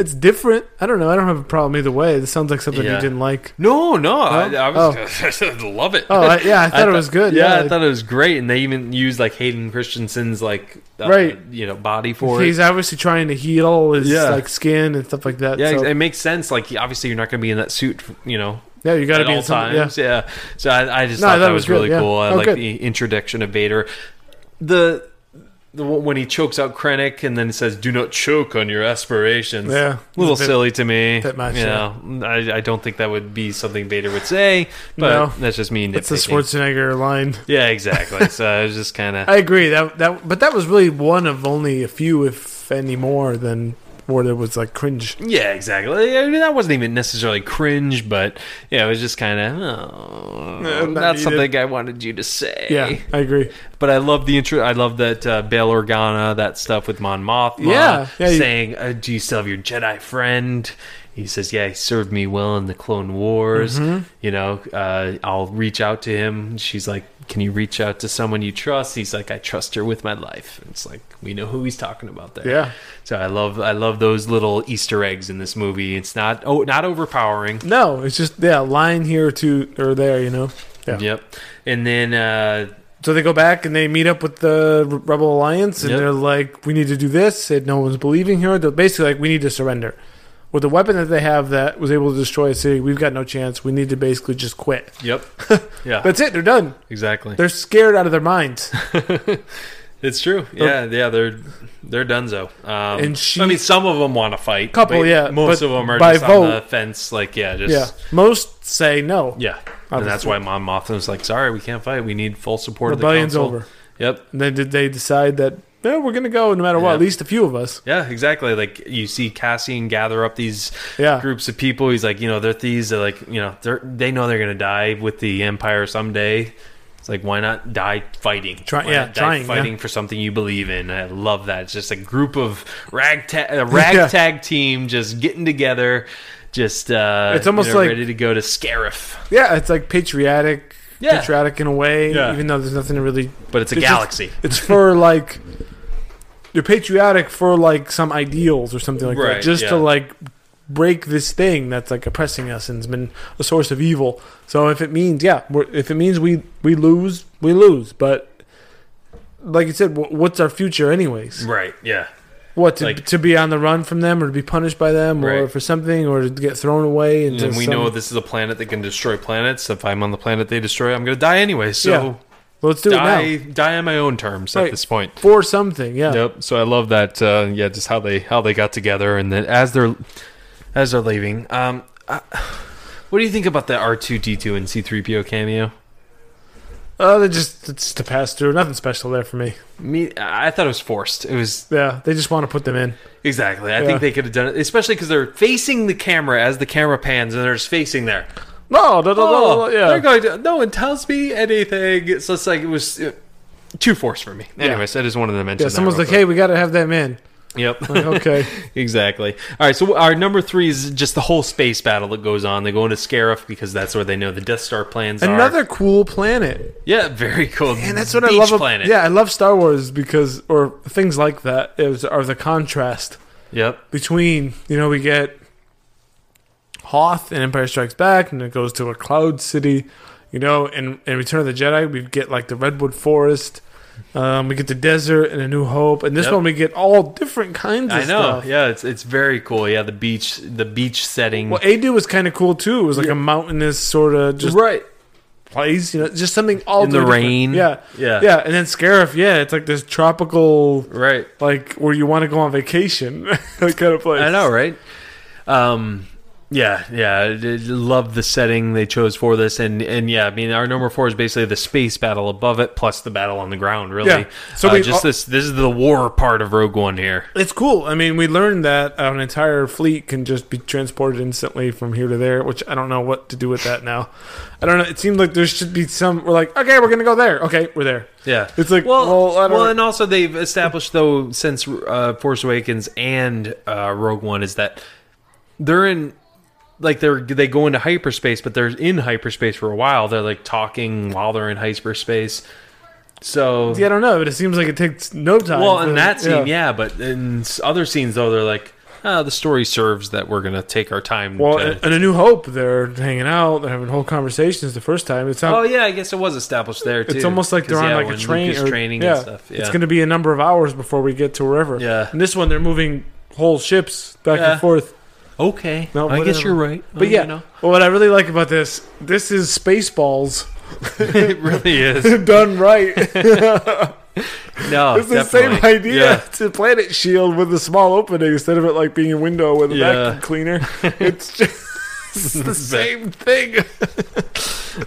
Speaker 2: it's different. I don't know. I don't have a problem either way. This sounds like something
Speaker 1: Yeah.
Speaker 2: you
Speaker 1: <laughs>
Speaker 2: didn't like.
Speaker 1: No, no, I,
Speaker 2: No?
Speaker 1: I was <laughs> love it.
Speaker 2: Oh, I, yeah, I thought it
Speaker 1: thought-
Speaker 2: was good.
Speaker 1: Yeah,
Speaker 2: Yeah,
Speaker 1: I thought it was great, and they even used like Hayden Christensen's like uh,
Speaker 2: Right.
Speaker 1: you know body for
Speaker 2: he's
Speaker 1: it.
Speaker 2: obviously trying to heal his
Speaker 1: Yeah.
Speaker 2: like skin and stuff like that.
Speaker 1: Yeah,
Speaker 2: Yeah, so,
Speaker 1: it makes sense. Like he- obviously you're not going to be in that suit, you know,
Speaker 2: yeah you got to
Speaker 1: at
Speaker 2: be
Speaker 1: all
Speaker 2: in some, yeah.
Speaker 1: times. Yeah. So I, I just
Speaker 2: No,
Speaker 1: thought
Speaker 2: I
Speaker 1: that, was,
Speaker 2: good,
Speaker 1: really
Speaker 2: yeah.
Speaker 1: cool. I
Speaker 2: Oh,
Speaker 1: like
Speaker 2: good.
Speaker 1: the introduction of Vader. The the one when he chokes out Krennic and then it says, "Do not choke on your aspirations."
Speaker 2: Yeah.
Speaker 1: a little
Speaker 2: It's a bit-
Speaker 1: silly to me.
Speaker 2: bit much,
Speaker 1: you
Speaker 2: yeah.
Speaker 1: know, I, I don't think that would be something Vader would say, but
Speaker 2: No.
Speaker 1: that's just me nitpicking.
Speaker 2: It's the Schwarzenegger line.
Speaker 1: yeah, exactly. so I was just kind of
Speaker 2: I agree that that, but that was really one of only a few, if any more, than where there was like cringe.
Speaker 1: Yeah, exactly. I mean, that wasn't even necessarily cringe, but yeah, it was just kind of oh,
Speaker 2: not
Speaker 1: not,
Speaker 2: needed.
Speaker 1: something I wanted you to say.
Speaker 2: Yeah, I agree.
Speaker 1: but I love the intro. I love that uh, Bail Organa, that stuff with Mon Mothma.
Speaker 2: Yeah, yeah, you-
Speaker 1: saying, uh, "Do you still have your Jedi friend?" He says, "Yeah, he served me well in the Clone Wars.
Speaker 2: Mm-hmm.
Speaker 1: You know, uh, I'll reach out to him." She's like, "Can you reach out to someone you trust?" He's like, "I trust her with my life." And it's like we know who he's talking about there.
Speaker 2: Yeah.
Speaker 1: So I love I love those little Easter eggs in this movie. It's not oh not overpowering.
Speaker 2: No, it's just yeah, line here or two or there. You know. Yeah.
Speaker 1: Yep. And then uh
Speaker 2: So they go back and they meet up with the Re- Rebel Alliance, and
Speaker 1: Yep.
Speaker 2: they're like, "We need to do this." And no one's believing her. They're basically like, "We need to surrender." With the weapon that they have that was able to destroy a city, we've got no chance. We need to basically just quit. <laughs>
Speaker 1: Yep. Yeah.
Speaker 2: That's it. They're done.
Speaker 1: exactly.
Speaker 2: They're scared out of their
Speaker 1: <laughs>
Speaker 2: minds.
Speaker 1: It's true. Yeah, yeah, they're they're dunzo. Um,
Speaker 2: And she-
Speaker 1: I mean, some of them want to fight.
Speaker 2: Couple,
Speaker 1: but
Speaker 2: yeah,
Speaker 1: Most
Speaker 2: but
Speaker 1: of them are
Speaker 2: by
Speaker 1: just on
Speaker 2: vote-
Speaker 1: the fence. Like, yeah, just
Speaker 2: yeah, most say no.
Speaker 1: yeah. And that's why Mom Motham's like, sorry, we can't fight. We need full support
Speaker 2: Rebellion's
Speaker 1: of the council.
Speaker 2: over.
Speaker 1: Yep.
Speaker 2: And then did they decide that no, we're gonna go no matter what?
Speaker 1: Yeah.
Speaker 2: At least a few of us.
Speaker 1: Yeah, exactly. Like you see Cassian gather up these
Speaker 2: Yeah.
Speaker 1: groups of people. He's like, you know, they're thieves. They're like, you know, they're they know they're gonna die with the Empire someday. It's like, why not die fighting?
Speaker 2: Try-
Speaker 1: Why
Speaker 2: yeah,
Speaker 1: not die
Speaker 2: trying, yeah.
Speaker 1: fighting for something you believe in. I love that. It's just a group of ragtag
Speaker 2: <laughs>
Speaker 1: a ragtag team just getting together, just uh,
Speaker 2: It's almost
Speaker 1: you know,
Speaker 2: like-
Speaker 1: ready to go to Scarif,
Speaker 2: Yeah, it's like patriotic,
Speaker 1: Yeah.
Speaker 2: patriotic in a way.
Speaker 1: Yeah.
Speaker 2: Even though there's nothing to really.
Speaker 1: but it's a
Speaker 2: It's just-
Speaker 1: galaxy. <laughs>
Speaker 2: It's for like you're patriotic for like some ideals or something like
Speaker 1: Right,
Speaker 2: that, just
Speaker 1: yeah.
Speaker 2: to like break this thing that's like oppressing us and's been a source of evil. So if it means yeah, we're, if it means we we lose, we lose. But like you said, wh- what's our future anyways?
Speaker 1: right? Yeah.
Speaker 2: What to,
Speaker 1: Like-
Speaker 2: to be on the run from them, or to be punished by them, or
Speaker 1: Right.
Speaker 2: for something, or to get thrown away? into
Speaker 1: And we
Speaker 2: some-
Speaker 1: know this is a planet that can destroy planets. If I'm on the planet they destroy, I'm going to die anyway. So
Speaker 2: Yeah. Let's do it now.
Speaker 1: die die on my own terms at
Speaker 2: Right.
Speaker 1: this point.
Speaker 2: for something. Yeah,
Speaker 1: Yep. So I love that. Uh, yeah, just how they how they got together, and then as they're as they're leaving. Um, uh, <sighs> what do you think about the R two D two and C three PO cameo?
Speaker 2: oh, they just it's to pass through. Nothing special there for me.
Speaker 1: Me, I thought it was forced. It was
Speaker 2: Yeah, they just want to put them in.
Speaker 1: exactly. I
Speaker 2: Yeah.
Speaker 1: think they could have done it, especially because they're facing the camera as the camera pans, and they're just facing there.
Speaker 2: No, no, no, no,
Speaker 1: Oh,
Speaker 2: no, yeah.
Speaker 1: they're going to. No one tells me anything. So it's like it was. uh too forced for me. Anyways, I just wanted to mention.
Speaker 2: yeah,
Speaker 1: that
Speaker 2: someone's
Speaker 1: real
Speaker 2: like, "Hey, we got to have them in."
Speaker 1: quick. "Yep." <laughs>
Speaker 2: Okay,
Speaker 1: Exactly. All right, so our number three is just the whole space battle that goes on. They go into Scarif because that's where they know the Death Star plans are.
Speaker 2: <laughs> another cool planet,
Speaker 1: Yeah, very cool.
Speaker 2: and that's what
Speaker 1: Beach
Speaker 2: I love. ab-
Speaker 1: Planet.
Speaker 2: Yeah, I love Star Wars because, or things like that, is are the contrast
Speaker 1: Yep.
Speaker 2: between you know we get Hoth and Empire Strikes Back, and it goes to a cloud city, you know, and in Return of the Jedi we get like the redwood forest. Um, we get the desert and a new hope, and this
Speaker 1: Yep.
Speaker 2: one we get all different kinds of
Speaker 1: I know.
Speaker 2: stuff.
Speaker 1: Yeah, it's it's very cool. Yeah, the beach the beach setting.
Speaker 2: Well, Adu was kind of cool too. It was like a mountainous sort of just
Speaker 1: right.
Speaker 2: place, you know, just something all
Speaker 1: In the
Speaker 2: different.
Speaker 1: rain.
Speaker 2: Yeah,
Speaker 1: Yeah.
Speaker 2: yeah. And then Scarif, yeah, it's like this tropical,
Speaker 1: Right.
Speaker 2: like where you want to go on vacation, <laughs> that kind of place.
Speaker 1: I know, right? Um yeah, yeah, I did love the setting they chose for this, and and yeah, I mean our number four is basically the space battle above it, plus the battle on the ground. Really,
Speaker 2: Yeah. So
Speaker 1: Uh,
Speaker 2: we-
Speaker 1: just this this is the war part of Rogue One here.
Speaker 2: It's cool. I mean, we learned that an entire fleet can just be transported instantly from here to there, which I don't know what to do with that now. I don't know. It seemed like there should be some. We're like, okay, we're gonna go there. Okay, we're there.
Speaker 1: Yeah,
Speaker 2: It's like,
Speaker 1: well,
Speaker 2: well, I don't-
Speaker 1: and also they've established though since uh, Force Awakens and uh, Rogue One is that they're in like they're they go into hyperspace, but they're in hyperspace for a while. They're like talking while they're in hyperspace. So
Speaker 2: Yeah, I don't know, but it seems like it takes no time.
Speaker 1: well, in
Speaker 2: for-
Speaker 1: that scene, yeah. but in s- other scenes though, they're like, oh, the story serves that we're gonna take our time.
Speaker 2: Well,
Speaker 1: to-
Speaker 2: and A New Hope, they're hanging out, they're having whole conversations the first time. It's not,
Speaker 1: Oh yeah, I guess it was established there too.
Speaker 2: It's almost like they're
Speaker 1: 'Cause,
Speaker 2: on
Speaker 1: yeah,
Speaker 2: like
Speaker 1: when
Speaker 2: a train
Speaker 1: Luke is
Speaker 2: or,
Speaker 1: training
Speaker 2: yeah,
Speaker 1: and stuff. Yeah.
Speaker 2: It's going to be a number of hours before we get to wherever.
Speaker 1: Yeah.
Speaker 2: In this one, they're moving whole ships back
Speaker 1: Yeah.
Speaker 2: and forth.
Speaker 1: okay.
Speaker 2: No,
Speaker 1: I guess
Speaker 2: whatever.
Speaker 1: you're right.
Speaker 2: But
Speaker 1: Oh,
Speaker 2: yeah,
Speaker 1: you know.
Speaker 2: well, what I really like about this, this is Spaceballs <laughs>
Speaker 1: <laughs> it really is.
Speaker 2: done
Speaker 1: <laughs>
Speaker 2: right. it's
Speaker 1: No,
Speaker 2: the same
Speaker 1: definitely.
Speaker 2: idea.
Speaker 1: Yeah.
Speaker 2: It's a planet shield with a small opening instead of it like being a window with a
Speaker 1: Yeah.
Speaker 2: vacuum cleaner.
Speaker 1: <laughs>
Speaker 2: It's just <laughs> the same thing.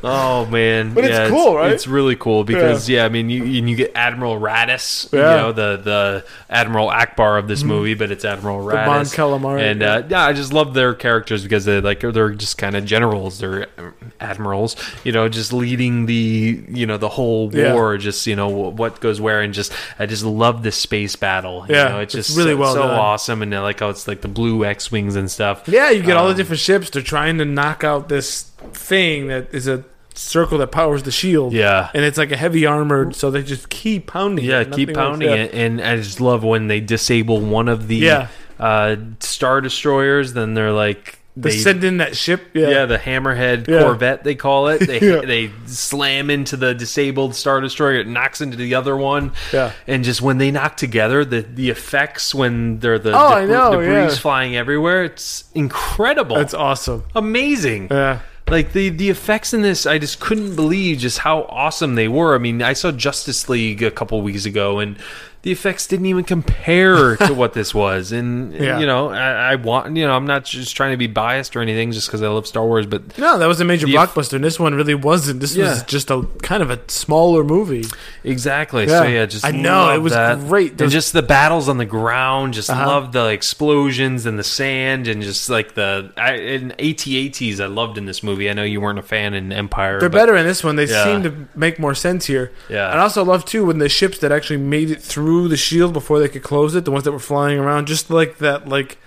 Speaker 1: Oh man,
Speaker 2: But it's
Speaker 1: Yeah,
Speaker 2: cool, right?
Speaker 1: It's really cool because yeah, I mean, you and you get Admiral Raddus, you
Speaker 2: Yeah. Mm-hmm.
Speaker 1: know, the the Admiral Akbar of this movie, but it's Admiral
Speaker 2: Mon
Speaker 1: Raddus,
Speaker 2: Calamari,
Speaker 1: and
Speaker 2: yeah.
Speaker 1: uh, yeah, I just love their characters because they like they're just kind of generals, they're uh, admirals, you know, just leading the you know the whole
Speaker 2: Yeah.
Speaker 1: war, just you know wh- what goes where, and just I just love this space battle. you
Speaker 2: Yeah,
Speaker 1: know, it's
Speaker 2: it's
Speaker 1: just
Speaker 2: really
Speaker 1: so,
Speaker 2: well
Speaker 1: so
Speaker 2: done.
Speaker 1: awesome, and I like how it's like the blue X wings and stuff.
Speaker 2: Yeah, you get all the
Speaker 1: Um,
Speaker 2: different ships. They're trying to knock out this thing that is a circle that powers the shield.
Speaker 1: Yeah.
Speaker 2: and it's like a heavy armored, so they just keep pounding.
Speaker 1: Yeah,
Speaker 2: it.
Speaker 1: keep
Speaker 2: Nothing
Speaker 1: pounding
Speaker 2: works. Yeah.
Speaker 1: it, and I just love when they disable one of the
Speaker 2: Yeah.
Speaker 1: uh, star destroyers. Then they're like,
Speaker 2: They,
Speaker 1: They-
Speaker 2: send in that ship. Yeah.
Speaker 1: Yeah, the Hammerhead
Speaker 2: Yeah.
Speaker 1: Corvette they call it. They
Speaker 2: <laughs> Yeah.
Speaker 1: they slam into the disabled Star Destroyer. It knocks into the other one.
Speaker 2: Yeah.
Speaker 1: and just when they knock together, the the effects when they're the
Speaker 2: Oh, I
Speaker 1: debris,
Speaker 2: know,
Speaker 1: debris
Speaker 2: yeah.
Speaker 1: flying everywhere. It's incredible.
Speaker 2: That's awesome.
Speaker 1: amazing.
Speaker 2: Yeah.
Speaker 1: Like the the effects in this, I just couldn't believe just how awesome they were. I mean, I saw Justice League a couple weeks ago, and the effects didn't even
Speaker 2: <laughs>
Speaker 1: compare to what this was. And
Speaker 2: Yeah.
Speaker 1: you know, I, I want you know, I'm not just trying to be biased or anything, just because I love Star Wars, but
Speaker 2: No, that was a major
Speaker 1: The eff-
Speaker 2: blockbuster. And this one really wasn't. This was
Speaker 1: Yeah.
Speaker 2: just a kind of a smaller movie.
Speaker 1: Exactly.
Speaker 2: Yeah.
Speaker 1: So yeah, just
Speaker 2: I know, it
Speaker 1: love
Speaker 2: was
Speaker 1: that.
Speaker 2: great.
Speaker 1: and
Speaker 2: Those- Uh-huh.
Speaker 1: just the battles on the ground. Just love the explosions and the sand and just like the I, and ATATs I loved in this movie. I know you weren't a fan in Empire.
Speaker 2: They're
Speaker 1: but-
Speaker 2: better in this one. They
Speaker 1: Yeah.
Speaker 2: seem to make more sense here.
Speaker 1: Yeah.
Speaker 2: And I also love too when the ships that actually made it through the shield before they could close it, the ones that were flying around, just like that, like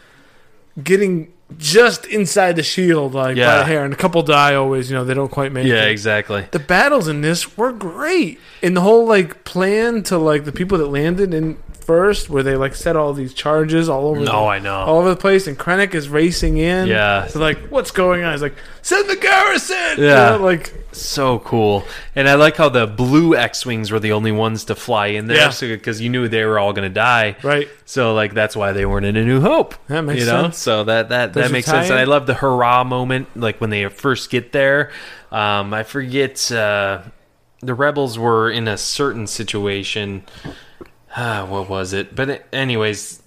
Speaker 2: getting just inside the shield, like by
Speaker 1: Yeah.
Speaker 2: the hair. And a couple die always. You know, they don't quite make
Speaker 1: Yeah,
Speaker 2: it.
Speaker 1: exactly.
Speaker 2: the battles in this were great. And the whole like plan to like the people that landed in first, where they like set all these charges all over.
Speaker 1: No,
Speaker 2: the,
Speaker 1: I know.
Speaker 2: all over the place. And Krennic is racing in.
Speaker 1: Yeah.
Speaker 2: so like, what's going on? He's like, send the garrison.
Speaker 1: Yeah.
Speaker 2: You know, like
Speaker 1: So cool. And I like how the blue X Wings were the only ones to fly in
Speaker 2: Yeah.
Speaker 1: there because you knew they were all going to die.
Speaker 2: Right.
Speaker 1: So, like, that's why they weren't in A New Hope.
Speaker 2: That makes
Speaker 1: you know?
Speaker 2: sense.
Speaker 1: So, that, that,
Speaker 2: Those
Speaker 1: that
Speaker 2: are
Speaker 1: makes sense. And
Speaker 2: tie-in.
Speaker 1: I love the hurrah moment, like when they first get there. Um, I forget uh, the rebels were in a certain situation. <sighs> Ah, what was it? But, anyways.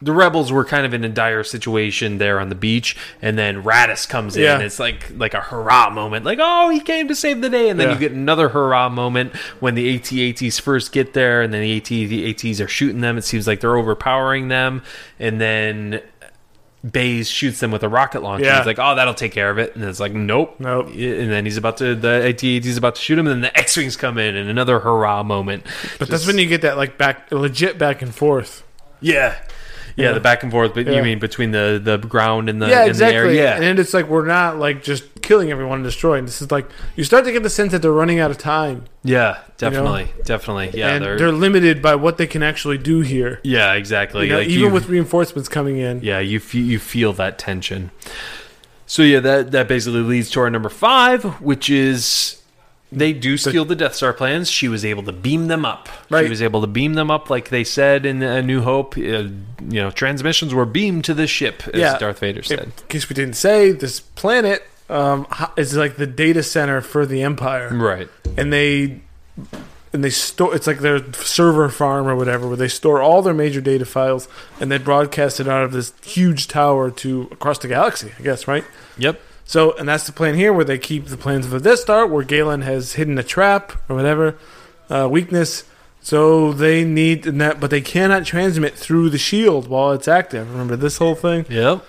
Speaker 1: The rebels were kind of in a dire situation there on the beach, and then Radis comes in.
Speaker 2: Yeah.
Speaker 1: And it's like like a hurrah moment, like oh he came to save the day, and then
Speaker 2: Yeah.
Speaker 1: you get another hurrah moment when the AT-ATs first get there, and then the AT-ATs are shooting them. It seems like they're overpowering them, and then Baze shoots them with a rocket launcher.
Speaker 2: Yeah.
Speaker 1: He's like, oh that'll take care of it, and it's like nope,
Speaker 2: Nope.
Speaker 1: And then he's about to the AT-ATs is about to shoot him, and then the X-wings come in, and another hurrah moment.
Speaker 2: But that's when you get that like back legit back and forth.
Speaker 1: yeah. Yeah, the back and forth, but
Speaker 2: Yeah.
Speaker 1: you mean between the, the ground and Uh, the
Speaker 2: Yeah,
Speaker 1: and the
Speaker 2: exactly.
Speaker 1: air, yeah,
Speaker 2: And then it's like we're not like just killing everyone and destroying. This is like you start to get the sense that they're running out of time
Speaker 1: yeah, definitely, definitely, yeah,
Speaker 2: and they're, limited by what they can actually do here.
Speaker 1: Yeah, exactly.
Speaker 2: You know,
Speaker 1: Like,
Speaker 2: even
Speaker 1: you-
Speaker 2: with reinforcements coming in.
Speaker 1: yeah, you fe- you feel that tension. So yeah, that that basically leads to our number five, which is they do steal the Death Star plans. She was able to beam them up.
Speaker 2: Right.
Speaker 1: She was able to beam them up, like they said in A New Hope. Uh, you know, transmissions were beamed to the ship, as
Speaker 2: Yeah.
Speaker 1: Darth Vader
Speaker 2: In
Speaker 1: said.
Speaker 2: case we didn't say, this planet um, ho- is like the data center for the Empire.
Speaker 1: Right.
Speaker 2: and they and they store it's like their server farm or whatever where they store all their major data files and they broadcast it out of this huge tower to across the galaxy i guess right
Speaker 1: Yep.
Speaker 2: so and that's the plan here where they keep the plans of the death star where galen has hidden a trap or whatever uh, weakness so they need and that but they cannot transmit through the shield while it's active remember this whole thing
Speaker 1: Yep.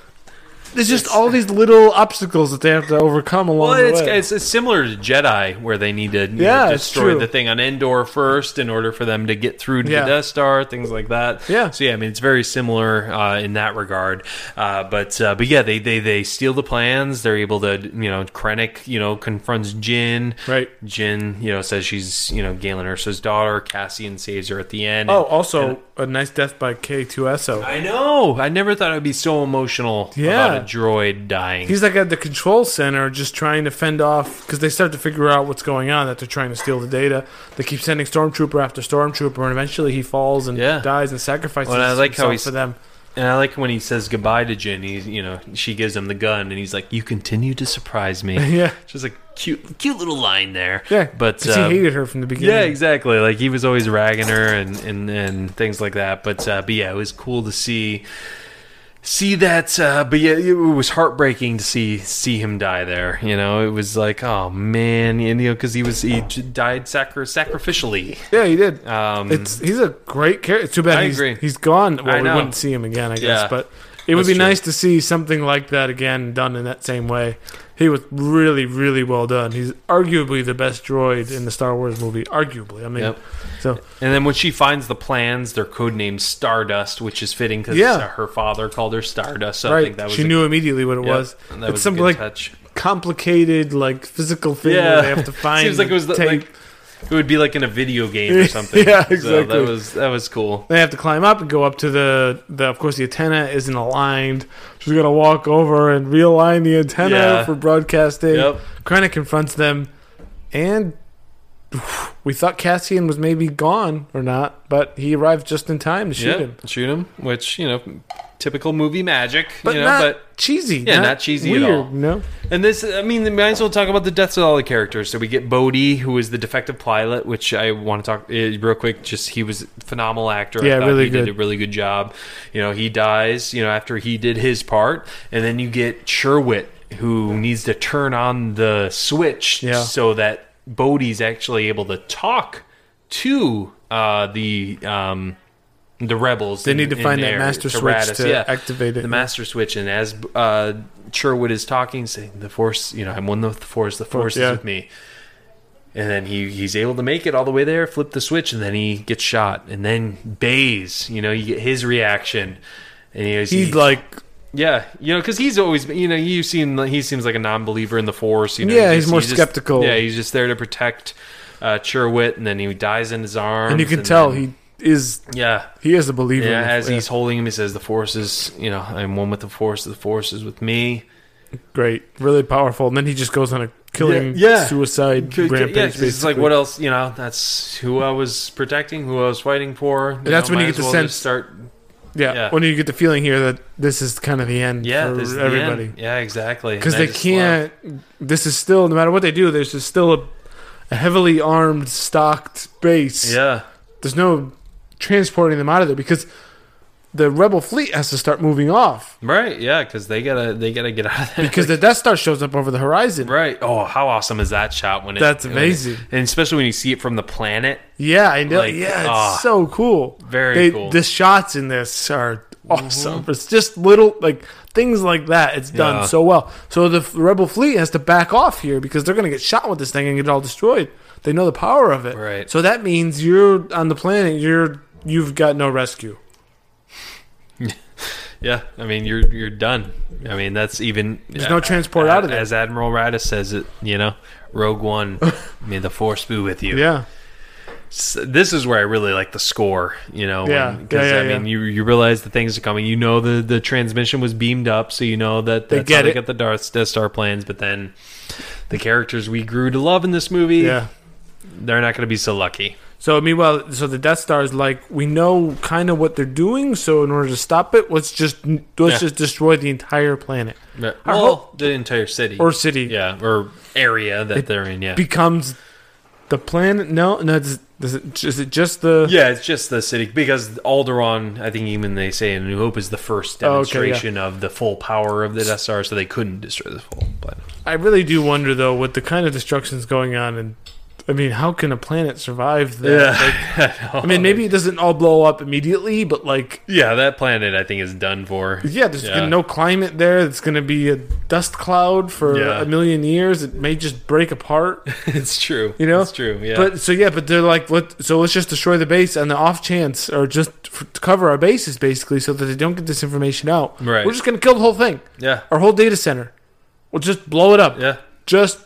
Speaker 2: there's just all these little obstacles that they have to overcome along
Speaker 1: Well,
Speaker 2: the
Speaker 1: it's,
Speaker 2: way
Speaker 1: it's it's similar to Jedi, where they need to you know,
Speaker 2: Yeah, it's
Speaker 1: destroy
Speaker 2: true.
Speaker 1: the thing on Endor first in order for them to get through to
Speaker 2: Yeah.
Speaker 1: the Death Star, things like that.
Speaker 2: Yeah.
Speaker 1: So yeah, I mean it's very similar uh, in that regard. Uh, but uh, but yeah, they, they they steal the plans. They're able to you know Krennic you know confronts Jin.
Speaker 2: Right.
Speaker 1: Jin you know says she's you know Galen Ersa's daughter. Cassian saves her at the end.
Speaker 2: oh also a nice death by k2so
Speaker 1: I know. I never thought I'd be so emotional
Speaker 2: Yeah.
Speaker 1: about a droid dying.
Speaker 2: He's like at the control center, just trying to fend off because they start to figure out what's going on. That they're trying to steal the data. They keep sending stormtrooper after stormtrooper, and eventually he falls and
Speaker 1: Yeah.
Speaker 2: dies and sacrifices
Speaker 1: Well, I like how
Speaker 2: himself
Speaker 1: he's-
Speaker 2: for them. <laughs>
Speaker 1: And I like when he says goodbye to Jin. He's, you know, she gives him the gun, and he's like, "You continue to surprise me."
Speaker 2: <laughs> Yeah.
Speaker 1: just a cute, cute little line there.
Speaker 2: Yeah,
Speaker 1: but
Speaker 2: 'cause
Speaker 1: um,
Speaker 2: he hated her from the beginning.
Speaker 1: yeah, exactly. Like he was always ragging her and and, and things like that. But uh, but yeah, it was cool to see see that. Uh, but yeah, it was heartbreaking to see see him die there. You know, it was like, oh man, and, you know, because he was he j- died sacri- sacrificially.
Speaker 2: yeah, he did.
Speaker 1: Um,
Speaker 2: it's he's a great character. Too bad
Speaker 1: I
Speaker 2: he's,
Speaker 1: agree.
Speaker 2: he's gone. Well,
Speaker 1: I
Speaker 2: we
Speaker 1: know.
Speaker 2: wouldn't see him again, I guess.
Speaker 1: Yeah.
Speaker 2: But it would
Speaker 1: That's
Speaker 2: be
Speaker 1: true.
Speaker 2: nice to see something like that again done in that same way. He was really, really well done. He's arguably the best droid in the Star Wars movie. Arguably, I mean,
Speaker 1: Yep.
Speaker 2: so
Speaker 1: And then when she finds the plans, they're codenamed Stardust, which is fitting because
Speaker 2: Yeah.
Speaker 1: her father called her Stardust. So I
Speaker 2: right.
Speaker 1: think that was
Speaker 2: she
Speaker 1: a-
Speaker 2: knew immediately what it
Speaker 1: yep,
Speaker 2: was.
Speaker 1: and that
Speaker 2: it's
Speaker 1: was
Speaker 2: some
Speaker 1: a good
Speaker 2: like
Speaker 1: touch. <laughs>
Speaker 2: complicated like physical thing where they have to find.
Speaker 1: Seems like it was the,
Speaker 2: tape.
Speaker 1: like It would be like in a video game or something.
Speaker 2: <laughs> Yeah,
Speaker 1: So
Speaker 2: exactly.
Speaker 1: that was that was cool.
Speaker 2: They have to climb up and go up to the, the of course the antenna isn't aligned. She's gonna walk over and realign the antenna
Speaker 1: Yeah.
Speaker 2: for broadcasting.
Speaker 1: Yep.
Speaker 2: Krennic confronts them and <sighs> we thought Cassian was maybe gone or not, but he arrived just in time to shoot
Speaker 1: Yeah,
Speaker 2: him.
Speaker 1: shoot him. Which you know, typical movie magic.
Speaker 2: But
Speaker 1: you know,
Speaker 2: not
Speaker 1: but
Speaker 2: cheesy.
Speaker 1: Yeah, not cheesy at
Speaker 2: weird,
Speaker 1: all.
Speaker 2: No.
Speaker 1: And this, I mean, we might as well talk about the deaths of all the characters. So we get Bodhi, who is the defective pilot, which I want to talk eh, real quick. Just he was a phenomenal actor. I
Speaker 2: Yeah,
Speaker 1: thought
Speaker 2: really
Speaker 1: he
Speaker 2: good.
Speaker 1: did a really good job. You know, he dies. You know, after he did his part, and then you get Sherwit, who needs to turn on the switch
Speaker 2: Yeah.
Speaker 1: so that Bodhi's actually able to talk to uh, the. Um, the rebels
Speaker 2: They need to find that
Speaker 1: air,
Speaker 2: master switch
Speaker 1: Radis,
Speaker 2: to activate it.
Speaker 1: The master switch, and as uh, Sherwood is talking, saying the force, you know, I'm one with the force. The force
Speaker 2: yeah.
Speaker 1: is with me. And then he he's able to make it all the way there, flip the switch, and then he gets shot. And then Baze, you know, you get his reaction, and he,
Speaker 2: He's like
Speaker 1: yeah, you know, because he's always, you know, you seem he seems like a non-believer in the Force. You know,
Speaker 2: Yeah,
Speaker 1: he
Speaker 2: he's more
Speaker 1: he
Speaker 2: skeptical.
Speaker 1: Yeah, he's just there to protect uh, Cherwit, and then he dies in his arms.
Speaker 2: and you can tell
Speaker 1: then-
Speaker 2: he is
Speaker 1: yeah,
Speaker 2: he is a believer.
Speaker 1: yeah,
Speaker 2: in the-
Speaker 1: as he's holding him, he says, "The force is, you know, I'm one with the force. The force is with me."
Speaker 2: great, really powerful. And then he just goes on a killing
Speaker 1: Yeah, yeah.
Speaker 2: suicide rampage.
Speaker 1: yeah, 'cause it's like
Speaker 2: basically.
Speaker 1: what else? You know, that's who I was protecting, who I was fighting for. You
Speaker 2: that's
Speaker 1: know,
Speaker 2: when you
Speaker 1: might as
Speaker 2: get the
Speaker 1: well just
Speaker 2: sense-
Speaker 1: Start,
Speaker 2: Yeah,
Speaker 1: Yeah.
Speaker 2: when you get the feeling here that this is kind of the end
Speaker 1: yeah,
Speaker 2: for
Speaker 1: this is the end.
Speaker 2: everybody
Speaker 1: Yeah, exactly.
Speaker 2: because
Speaker 1: And I
Speaker 2: they
Speaker 1: just
Speaker 2: can't. This is still no matter what they do. There's just still a, a heavily armed, stocked base.
Speaker 1: love-
Speaker 2: There's no transporting them out of there because the rebel fleet has to start moving off
Speaker 1: Yeah, right. Yeah, because they gotta they gotta get out of there.
Speaker 2: because the Death Star shows up over the horizon.
Speaker 1: <laughs> Right. Oh, how awesome is that shot when it,
Speaker 2: That's
Speaker 1: when
Speaker 2: amazing.
Speaker 1: it- and especially when you see it from the planet.
Speaker 2: Yeah, I know.
Speaker 1: Like,
Speaker 2: yeah, it's
Speaker 1: ah,
Speaker 2: so cool.
Speaker 1: very
Speaker 2: They-
Speaker 1: cool. Mm-hmm.
Speaker 2: The shots in this are awesome. It's just little like things like that. It's done
Speaker 1: Yeah.
Speaker 2: so well. So the f- rebel fleet has to back off here because they're going to get shot with this thing and get it all destroyed. They know the power of it.
Speaker 1: Right.
Speaker 2: So that means you're on the planet. You're you've got no rescue.
Speaker 1: Yeah, I mean you're you're done. I mean that's even
Speaker 2: There's no transport
Speaker 1: a-
Speaker 2: out of there.
Speaker 1: As Admiral Radis says it, you know, Rogue
Speaker 2: <laughs>
Speaker 1: One, may the Force be with you.
Speaker 2: Yeah.
Speaker 1: s- this is where I really like the score, you know,
Speaker 2: Yeah.
Speaker 1: because
Speaker 2: Yeah, yeah,
Speaker 1: I mean, you you realize the things are coming. You know, the the transmission was beamed up, so you know that
Speaker 2: They
Speaker 1: that's
Speaker 2: get
Speaker 1: how they
Speaker 2: it.
Speaker 1: get the Darth Death Star plans. But then, the characters we grew to love in this movie,
Speaker 2: Yeah.
Speaker 1: they're not going to be so lucky.
Speaker 2: So meanwhile, so the Death Star is like we know kind of what they're doing. So in order to stop it, let's just let's
Speaker 1: Yeah.
Speaker 2: just destroy the entire planet
Speaker 1: Well,
Speaker 2: hope-
Speaker 1: the entire city
Speaker 2: or city.
Speaker 1: yeah, or area that they're in, yeah.
Speaker 2: becomes the planet. No, no, does, does it, is it just the?
Speaker 1: yeah, it's just the city because Alderaan. I think even they say in New Hope is the first
Speaker 2: Oh, okay, yeah.
Speaker 1: demonstration of the full power of the Death Star, so they couldn't destroy the full planet.
Speaker 2: I really do wonder though, with the kind of destructions going on, and I mean, how can a planet survive that?
Speaker 1: <laughs>
Speaker 2: Like, I mean, maybe it doesn't all blow up immediately, but like,
Speaker 1: Yeah, that planet I think is done
Speaker 2: <laughs>
Speaker 1: for. <laughs>
Speaker 2: yeah, there's
Speaker 1: Yeah.
Speaker 2: no climate there. It's going to be a dust cloud for
Speaker 1: Yeah.
Speaker 2: a million years. It may just break apart.
Speaker 1: It's true.
Speaker 2: You know,
Speaker 1: it's true. Yeah,
Speaker 2: But so yeah, but they're like, let so let's just destroy the base on the off chance, or just f- to cover our bases basically, so that they don't get this information out.
Speaker 1: Right.
Speaker 2: We're just gonna kill the whole thing.
Speaker 1: yeah,
Speaker 2: our whole data center. We'll just blow it up.
Speaker 1: yeah.
Speaker 2: Just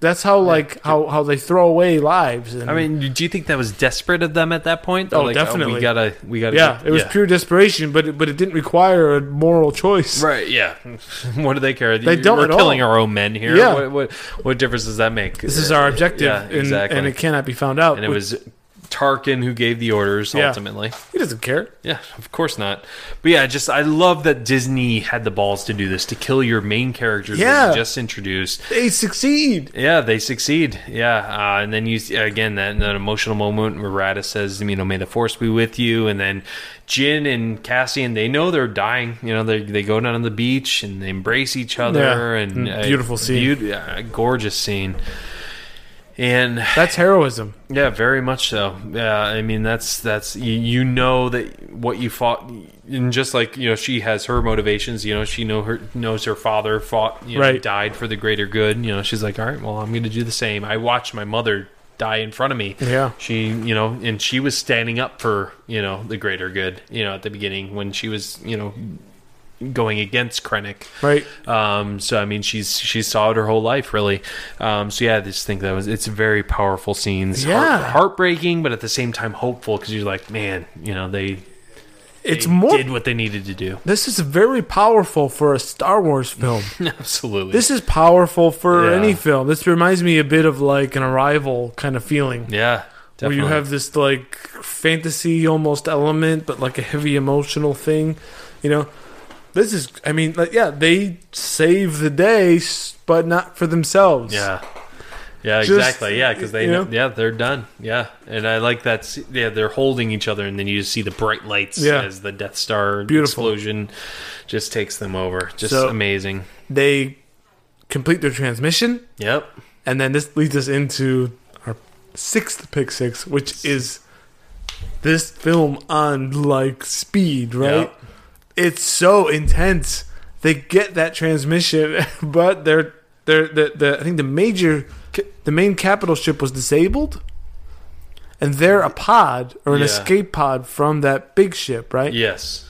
Speaker 2: that's how like how how they throw away lives. And,
Speaker 1: I mean, do you think that was desperate of them at that point? They're
Speaker 2: Oh,
Speaker 1: like,
Speaker 2: definitely.
Speaker 1: we gotta, we gotta.
Speaker 2: yeah,
Speaker 1: get-
Speaker 2: it was pure desperation, but it, but it didn't require a moral choice.
Speaker 1: Right. Yeah. <laughs> what do they care?
Speaker 2: They don't
Speaker 1: We're
Speaker 2: at all.
Speaker 1: killing our own men here.
Speaker 2: Yeah.
Speaker 1: What, what, what difference does that make?
Speaker 2: This is our objective,
Speaker 1: Yeah,
Speaker 2: and,
Speaker 1: exactly.
Speaker 2: and it cannot be found out.
Speaker 1: And it
Speaker 2: which-
Speaker 1: was Tarkin who gave the orders
Speaker 2: Yeah.
Speaker 1: ultimately.
Speaker 2: he doesn't care.
Speaker 1: Yeah, of course not. But yeah, just I love that Disney had the balls to do this to kill your main characters that
Speaker 2: Yeah.
Speaker 1: you just introduced.
Speaker 2: They succeed.
Speaker 1: Yeah, they succeed. Yeah, uh, and then you again that, that emotional moment where Radis says, "You know, may the force be with you." And then Jin and Cassian, they know they're dying. You know, they they go down on the beach and they embrace each other.
Speaker 2: Yeah.
Speaker 1: And
Speaker 2: Mm, beautiful scene.
Speaker 1: beaut- uh, gorgeous scene. And <laughs>
Speaker 2: That's heroism.
Speaker 1: yeah, very much so. Yeah, I mean that's that's you, you know that what you fought, and just like you know she has her motivations. You know she know her knows her father fought, you know,
Speaker 2: Right.
Speaker 1: died for the greater good. You know she's like, all right, well I'm going to do the same. I watched my mother die in front of me.
Speaker 2: Yeah.
Speaker 1: she you know, and she was standing up for you know the greater good. You know at the beginning when she was you know going against Krennic.
Speaker 2: Right.
Speaker 1: Um, so I mean, she's she's saw it her whole life, really. Um, so yeah, I just think that was it's very powerful scenes.
Speaker 2: Yeah.
Speaker 1: heartbreaking, but at the same time hopeful because you're like, man, you know they
Speaker 2: It's
Speaker 1: they
Speaker 2: more.
Speaker 1: did what they needed to
Speaker 2: <laughs>
Speaker 1: do.
Speaker 2: This is very powerful for a Star Wars
Speaker 1: <laughs>
Speaker 2: film.
Speaker 1: Absolutely.
Speaker 2: this is powerful for
Speaker 1: Yeah.
Speaker 2: any film. This reminds me a bit of like an arrival kind of feeling.
Speaker 1: yeah. Definitely.
Speaker 2: Where you have this like fantasy almost element, but like a heavy emotional thing. You know, this is, I mean, like, yeah, they save the day, s- but not for themselves.
Speaker 1: Yeah. Yeah,
Speaker 2: Just,
Speaker 1: exactly. Yeah, because they,
Speaker 2: you know?
Speaker 1: yeah, they're done. Yeah, and I like that. s- Yeah, they're holding each other, and then you just see the bright lights
Speaker 2: Yeah.
Speaker 1: as the Death Star
Speaker 2: Beautiful.
Speaker 1: explosion just takes them over. Just
Speaker 2: So-
Speaker 1: amazing.
Speaker 2: They complete their transmission,
Speaker 1: Yep.
Speaker 2: and then this leads us into our sixth pick six, which is this film on like speed, right?
Speaker 1: Yep.
Speaker 2: It's so intense. They get that transmission, <laughs> but they're they're the, the I think the major the main capital ship was disabled, and they're a pod or an
Speaker 1: Yeah.
Speaker 2: escape pod from that big ship, right?
Speaker 1: Yes.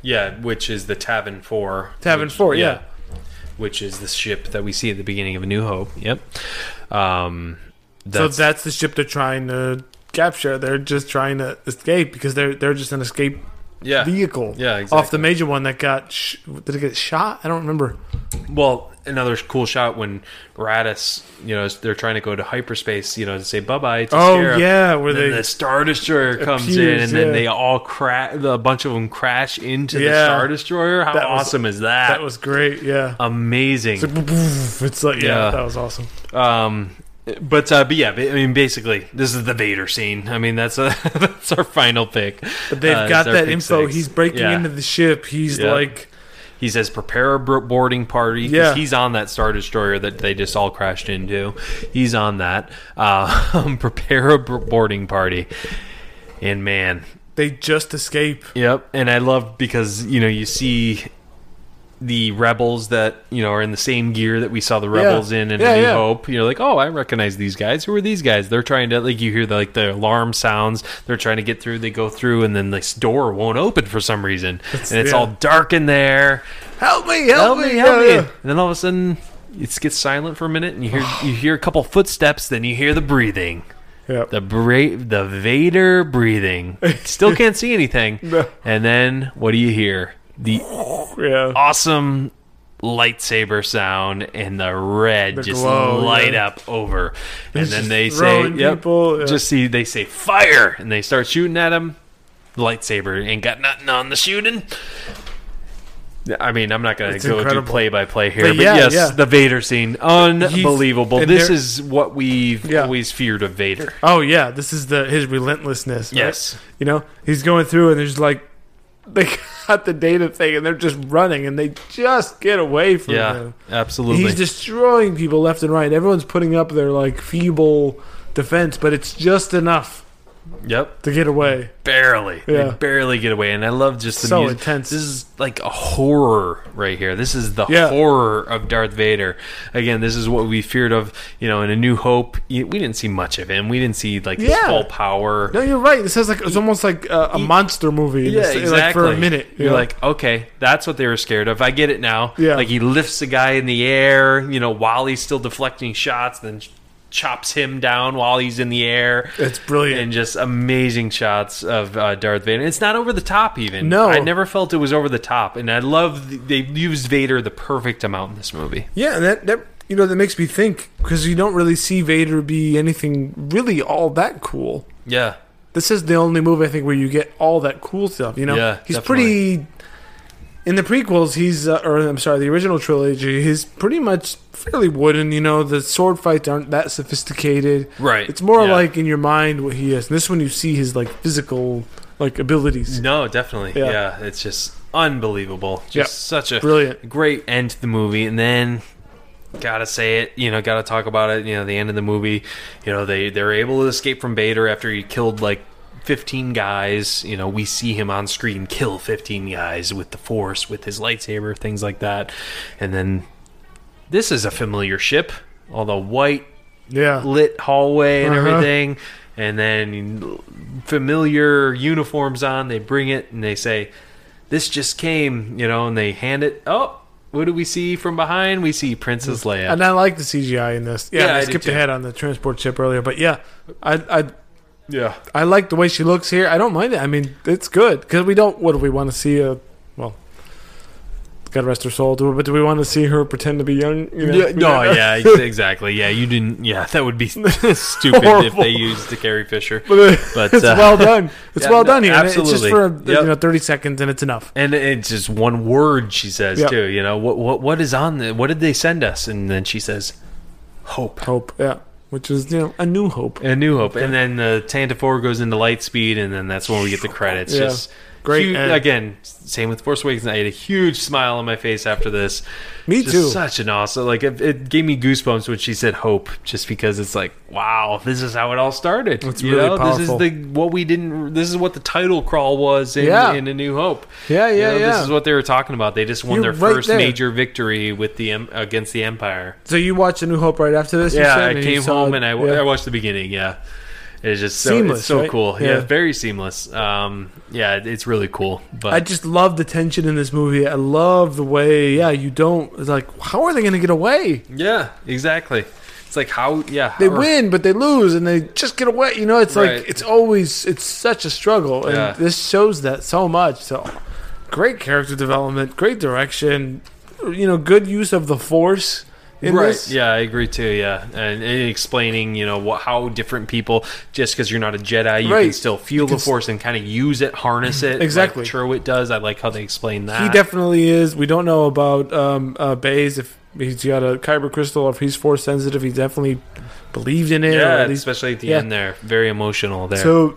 Speaker 1: Yeah, which is the Tavern Four.
Speaker 2: Tavern
Speaker 1: which-
Speaker 2: Four, yeah.
Speaker 1: Which is the ship that we see at the beginning of A New Hope. Yep. Um.
Speaker 2: So
Speaker 1: That's,
Speaker 2: that's the ship they're trying to capture. They're just trying to escape because they're they're just an escape
Speaker 1: yeah.
Speaker 2: vehicle.
Speaker 1: Yeah,
Speaker 2: Off the
Speaker 1: exactly.
Speaker 2: major one that got sh- did it get shot? I don't remember.
Speaker 1: Well, another cool shot when Radis, you know, they're trying to go to hyperspace, you know, to say bye bye.
Speaker 2: Oh, yeah, where
Speaker 1: then
Speaker 2: they-
Speaker 1: the Star Destroyer comes in,
Speaker 2: appears,
Speaker 1: and then
Speaker 2: yeah.
Speaker 1: they all crash. A bunch of them crash into the
Speaker 2: Yeah.
Speaker 1: Star Destroyer. How
Speaker 2: That was-
Speaker 1: awesome is that?
Speaker 2: That was great. Yeah.
Speaker 1: amazing.
Speaker 2: It's like yeah,
Speaker 1: Um, Yeah.
Speaker 2: that was awesome.
Speaker 1: Um, but uh, but yeah, I mean, basically, this is the Vader scene. I mean, that's a, <laughs> that's our final pick.
Speaker 2: But they've
Speaker 1: Uh, it's
Speaker 2: got
Speaker 1: our
Speaker 2: that
Speaker 1: pick
Speaker 2: info.
Speaker 1: six.
Speaker 2: He's breaking
Speaker 1: Yeah.
Speaker 2: into the ship. He's
Speaker 1: Yeah.
Speaker 2: like,
Speaker 1: He says prepare a bro- boarding party. 'cause
Speaker 2: Yeah.
Speaker 1: he's on that star destroyer that they just all crashed into. He's on that. Uh, <laughs> prepare a bro- boarding party. And man,
Speaker 2: they just escape.
Speaker 1: Yep, and I love because you know you see the rebels that you know are in the same gear that we saw the rebels in in
Speaker 2: Yeah,
Speaker 1: A New
Speaker 2: yeah.
Speaker 1: Hope. You're like, oh, I recognize these guys. Who are these guys? They're trying to like you hear the, like the alarm sounds. They're trying to get through. They go through, and then this door won't open for some reason, and it's
Speaker 2: yeah.
Speaker 1: all dark in there.
Speaker 2: Help me!
Speaker 1: Help
Speaker 2: Help,
Speaker 1: me!
Speaker 2: Yeah,
Speaker 1: Help me!
Speaker 2: yeah.
Speaker 1: And then all of a sudden, it gets silent for a minute, and you hear you hear a couple footsteps. Then you hear the breathing.
Speaker 2: Yeah.
Speaker 1: The bra- the Vader
Speaker 2: <laughs>
Speaker 1: breathing. Still can't see anything.
Speaker 2: No.
Speaker 1: And then what do you hear? The
Speaker 2: yeah.
Speaker 1: awesome lightsaber sound and the red just
Speaker 2: glow,
Speaker 1: light
Speaker 2: yeah.
Speaker 1: up over. And
Speaker 2: just
Speaker 1: then they say,
Speaker 2: throwing
Speaker 1: yep,
Speaker 2: people, yeah.
Speaker 1: just see they say fire and they start shooting at him. Lightsaber ain't got nothing on the shooting. I mean, I'm not gonna
Speaker 2: It's
Speaker 1: go
Speaker 2: incredible.
Speaker 1: do play by play here, but,
Speaker 2: But yeah,
Speaker 1: yes,
Speaker 2: yeah.
Speaker 1: the Vader scene, unbelievable.
Speaker 2: and
Speaker 1: This
Speaker 2: there-
Speaker 1: is what we've
Speaker 2: Yeah.
Speaker 1: always feared of Vader.
Speaker 2: Oh yeah, this is the his relentlessness. right?
Speaker 1: Yes.
Speaker 2: You know, he's going through and there's like <laughs> they got the data thing and they're just running and they just get away from
Speaker 1: Yeah,
Speaker 2: him.
Speaker 1: absolutely.
Speaker 2: He's destroying people left and right. Everyone's putting up their like feeble defense, but it's just enough
Speaker 1: yep,
Speaker 2: to get away.
Speaker 1: barely. They
Speaker 2: Yeah.
Speaker 1: barely get away, and I love just the
Speaker 2: So
Speaker 1: music.
Speaker 2: intense.
Speaker 1: This is like a horror right here. This is the
Speaker 2: Yeah.
Speaker 1: horror of Darth Vader. Again, this is what we feared of. You know, in A New Hope, y- we didn't see much of him. We didn't see like his
Speaker 2: Yeah.
Speaker 1: full power.
Speaker 2: No, you're right. This is like it's almost like a, a monster movie. in
Speaker 1: Yeah,
Speaker 2: this-
Speaker 1: exactly.
Speaker 2: Like for a minute, you
Speaker 1: you're
Speaker 2: know?
Speaker 1: like, okay, that's what they were scared of. I get it now.
Speaker 2: Yeah.
Speaker 1: like he lifts the guy in the air, you know, while he's still deflecting shots, then chops him down while he's in the air.
Speaker 2: it's brilliant.
Speaker 1: and just amazing shots of uh, Darth Vader. It's not over the top, even.
Speaker 2: No.
Speaker 1: I never felt it was over the top, and I love th- they used Vader the perfect amount in this movie.
Speaker 2: yeah, and that that you know that makes me think because you don't really see Vader be anything really all that cool.
Speaker 1: Yeah,
Speaker 2: this is the only movie I think where you get all that cool stuff. You know,
Speaker 1: Yeah,
Speaker 2: he's
Speaker 1: definitely.
Speaker 2: pretty. In the prequels, he's uh, or I'm sorry, the original trilogy, he's pretty much fairly wooden. You know, the sword fights aren't that sophisticated.
Speaker 1: Right,
Speaker 2: It's more
Speaker 1: yeah.
Speaker 2: like in your mind what he is. And this one, you see his like physical like abilities.
Speaker 1: no, definitely. Yeah,
Speaker 2: Yeah.
Speaker 1: it's just unbelievable. Just
Speaker 2: Yeah.
Speaker 1: such a
Speaker 2: Brilliant.
Speaker 1: great end to the movie, and then. Gotta say it, you know. Gotta talk about it. You know, the end of the movie. You know, they they're able to escape from Vader after he killed like fifteen guys. You know, we see him on screen kill fifteen guys with the Force, with his lightsaber, things like that. And then this is a familiar ship, all the white
Speaker 2: Yeah,
Speaker 1: lit hallway and
Speaker 2: Uh-huh.
Speaker 1: everything. And then familiar uniforms on, they bring it and they say, this just came, you know, and they hand it. Oh, what do we see from behind? We see Princess Leia.
Speaker 2: And I like the CGI in this. Yeah,
Speaker 1: Yeah, I
Speaker 2: I
Speaker 1: do
Speaker 2: skipped
Speaker 1: too.
Speaker 2: ahead on the transport ship earlier, but yeah, I I
Speaker 1: yeah.
Speaker 2: I like the way she looks here. I don't mind it. I mean, it's good because we don't. What do we want to see? A well, God rest her soul. Do we, but do we want to see her pretend to be young? You know?
Speaker 1: Yeah, no,
Speaker 2: <laughs>
Speaker 1: yeah, ex- exactly. Yeah, you didn't. Yeah, that would be stupid if
Speaker 2: Horrible.
Speaker 1: they used the Carrie Fisher.
Speaker 2: But
Speaker 1: But,
Speaker 2: it's
Speaker 1: uh,
Speaker 2: well done. It's
Speaker 1: yeah,
Speaker 2: well
Speaker 1: no,
Speaker 2: done here. and it- It's
Speaker 1: absolutely.
Speaker 2: just for
Speaker 1: Yep.
Speaker 2: you know thirty seconds, and it's enough.
Speaker 1: <laughs> And it's just one word she says
Speaker 2: Yeah.
Speaker 1: too. You know what? What? What is on the? What did they send us? And then she says, "Hope."
Speaker 2: Hope, yeah, which is you know a new hope.
Speaker 1: A New Hope, and then the Tantivore goes into light speed, and then that's when we get the credits.
Speaker 2: Yeah.
Speaker 1: Just
Speaker 2: Great
Speaker 1: huge-
Speaker 2: end.
Speaker 1: again, same with Force Awakens. I had a huge smile on my face after this.
Speaker 2: Me
Speaker 1: Just
Speaker 2: too.
Speaker 1: Such an awesome, like it, it gave me goosebumps when she said "hope," just because it's like, wow, this is how it all started.
Speaker 2: It's really powerful.
Speaker 1: This is the what we didn't. This is what the title crawl was in,
Speaker 2: Yeah.
Speaker 1: in A New Hope.
Speaker 2: Yeah,
Speaker 1: You
Speaker 2: yeah,
Speaker 1: know, This
Speaker 2: yeah.
Speaker 1: is what they were talking about. They just won
Speaker 2: You're
Speaker 1: their
Speaker 2: right
Speaker 1: first
Speaker 2: there.
Speaker 1: major victory with the em- against the Empire.
Speaker 2: So you watched a new hope right after this? you
Speaker 1: Yeah,
Speaker 2: said,
Speaker 1: I
Speaker 2: and you
Speaker 1: came
Speaker 2: saw-
Speaker 1: home and I,
Speaker 2: yeah.
Speaker 1: I watched the beginning. Yeah, it's just so,
Speaker 2: Seamless,
Speaker 1: it's so
Speaker 2: right?
Speaker 1: cool. Yeah.
Speaker 2: Yeah.
Speaker 1: very seamless. Um, yeah, it- it's really cool. But
Speaker 2: I just love the tension in this movie. I love the way, yeah, you don't. It's like, how are they going to get away?
Speaker 1: yeah, exactly. It's like how yeah
Speaker 2: They
Speaker 1: how-
Speaker 2: win, but they lose, and they just get away. You know, it's
Speaker 1: Right.
Speaker 2: like it's always it's such a struggle, and
Speaker 1: Yeah.
Speaker 2: this shows that so much. So, great character development, great direction, you know, good use of the force in
Speaker 1: right.
Speaker 2: this.
Speaker 1: Yeah, I agree too. Yeah, and, and explaining you know what, how different people just because you're not a Jedi, you can
Speaker 2: Right.
Speaker 1: still feel the
Speaker 2: can s-
Speaker 1: Force and kind of use it, harness it.
Speaker 2: Exactly.
Speaker 1: Like Truitt does. I like how they explain that.
Speaker 2: He definitely is. We don't know about um, uh, Baze if he's got a kyber crystal or if he's force sensitive. He definitely believed in it. or
Speaker 1: yeah,
Speaker 2: at least
Speaker 1: especially at the
Speaker 2: yeah.
Speaker 1: end there, very emotional there.
Speaker 2: So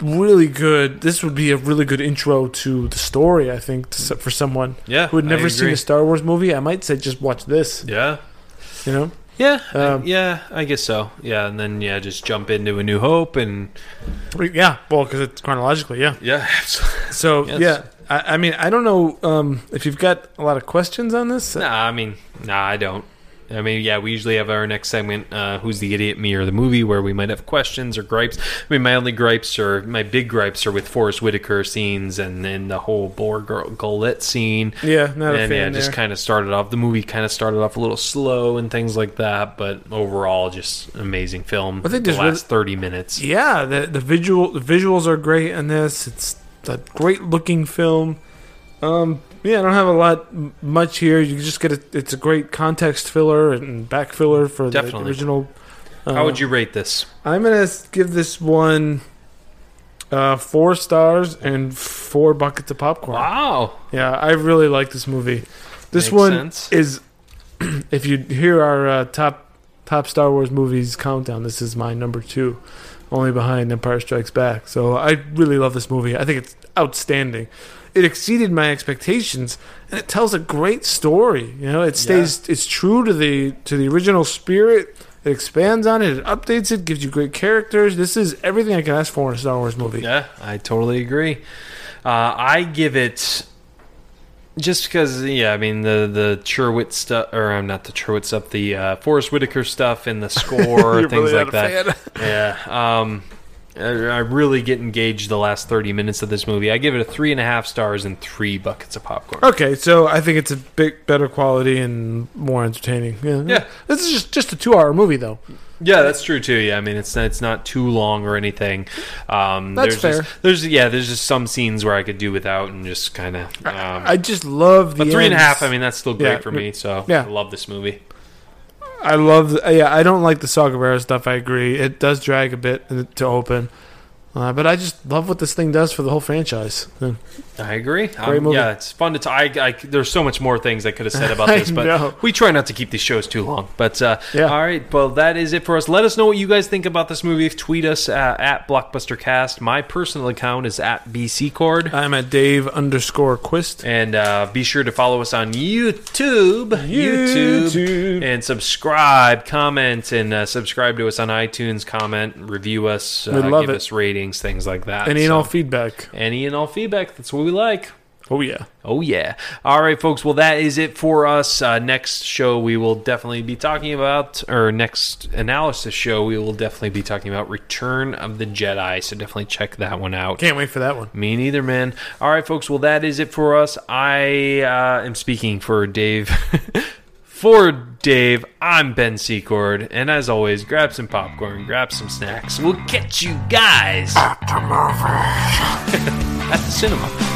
Speaker 2: really good. This would be a really good intro to the story. I think to, for someone
Speaker 1: yeah,
Speaker 2: who had
Speaker 1: I
Speaker 2: never seen
Speaker 1: agree.
Speaker 2: a Star Wars movie, I might say just watch this.
Speaker 1: Yeah.
Speaker 2: You know,
Speaker 1: Yeah,
Speaker 2: Um,
Speaker 1: yeah, I guess so. Yeah, and then yeah, just jump into a new hope and
Speaker 2: yeah. Well, because it's chronologically, yeah. <laughs>
Speaker 1: yeah, absolutely.
Speaker 2: So
Speaker 1: Yes.
Speaker 2: yeah, I, I mean, I don't know um, if you've got a lot of questions on this.
Speaker 1: nah, I mean, nah, I don't. I mean, yeah, we usually have our next segment, uh, "Who's the Idiot, Me or the Movie," where we might have questions or gripes. I mean, my only gripes or my big gripes are with Forrest Whitaker scenes and then the whole Borg Golette scene.
Speaker 2: Yeah, not a
Speaker 1: and yeah,
Speaker 2: fan
Speaker 1: just
Speaker 2: there.
Speaker 1: kind of started off. The movie kind of started off a little slow and things like that, but overall, just amazing film.
Speaker 2: I think
Speaker 1: the
Speaker 2: there's really-
Speaker 1: last thirty minutes.
Speaker 2: Yeah, the the visual the visuals are great in this. It's a great looking film. Um, yeah, I don't have a lot m- much here. You just get a, it's a great context filler and back filler for
Speaker 1: Definitely.
Speaker 2: the original. Uh,
Speaker 1: How would you rate this?
Speaker 2: I'm gonna s- give this one uh, four stars and four buckets of popcorn.
Speaker 1: Wow,
Speaker 2: Yeah, I really like this movie. This
Speaker 1: Makes
Speaker 2: one
Speaker 1: sense.
Speaker 2: is, <clears throat> if you hear our uh, top top Star Wars movies countdown, this is my number two, only behind Empire Strikes Back. So I really love this movie. I think it's outstanding. It exceeded my expectations, and it tells a great story. You know, it stays it's true to the to the original spirit. It expands on it. It updates it. Gives you great characters. This is everything I could ask for in a Star Wars movie.
Speaker 1: Yeah, I totally agree. Uh, I give it just because, yeah, I mean the the Cherwit stuff, or I'm not the Cherwit stuff, the uh, Forrest Whitaker stuff
Speaker 2: <laughs>
Speaker 1: and the score,
Speaker 2: You're
Speaker 1: things
Speaker 2: really
Speaker 1: like
Speaker 2: not a
Speaker 1: that. <laughs> yeah, um, I, I really get engaged the last 30 minutes of this movie. I give it a three and a half stars and three buckets of popcorn.
Speaker 2: Okay, so I think it's a bit better quality and more entertaining. Yeah,
Speaker 1: Yeah.
Speaker 2: This is just just a two-hour movie, though.
Speaker 1: Yeah, that's true too. Yeah, I mean it's it's not too long or anything. Um,
Speaker 2: That's
Speaker 1: there's
Speaker 2: fair.
Speaker 1: Just, there's yeah, there's just some scenes where I could do without and just kind of. Um,
Speaker 2: I just love the
Speaker 1: But three and a
Speaker 2: ends.
Speaker 1: half, I mean, that's still great
Speaker 2: Yeah.
Speaker 1: for me. So
Speaker 2: Yeah.
Speaker 1: I love this movie.
Speaker 2: I love. The, uh, yeah, I don't like the Saw Gerrera stuff. I agree. It does drag a bit to open, uh, but I just love what this thing does for the whole franchise. Yeah.
Speaker 1: I agree.
Speaker 2: Great movie.
Speaker 1: Yeah, it's fun to talk. I, I- there's so much more things I could have said
Speaker 2: <laughs>
Speaker 1: about this,
Speaker 2: I
Speaker 1: but
Speaker 2: know.
Speaker 1: we try not to keep these shows too long. But uh,
Speaker 2: Yeah.
Speaker 1: all right, well, that is it for us. Let us know what you guys think about this movie. Tweet us uh, at BlockbusterCast. My personal account is at BCCord.
Speaker 2: I'm at Dave underscore Quist.
Speaker 1: And uh, be sure to follow us on YouTube, YouTube,
Speaker 2: YouTube.
Speaker 1: and subscribe, comment, and uh, subscribe to us on iTunes. Comment, review us, uh,
Speaker 2: We'd love
Speaker 1: give
Speaker 2: it.
Speaker 1: us ratings, things like that.
Speaker 2: Any
Speaker 1: So-
Speaker 2: and all feedback.
Speaker 1: any and all feedback. That's what we like.
Speaker 2: Oh yeah.
Speaker 1: Oh, yeah. All right, folks. Well, that is it for us. Uh, next show, we will definitely be talking about, or next analysis show, we will definitely be talking about Return of the Jedi. So definitely check that one out.
Speaker 2: Can't wait for that one.
Speaker 1: Me neither, man. All right, folks. Well, that is it for us. I uh, am speaking for Dave. <laughs> for Dave, I'm Ben Secord. And as always, grab some popcorn, grab some snacks. We'll catch you guys <laughs> at the cinema.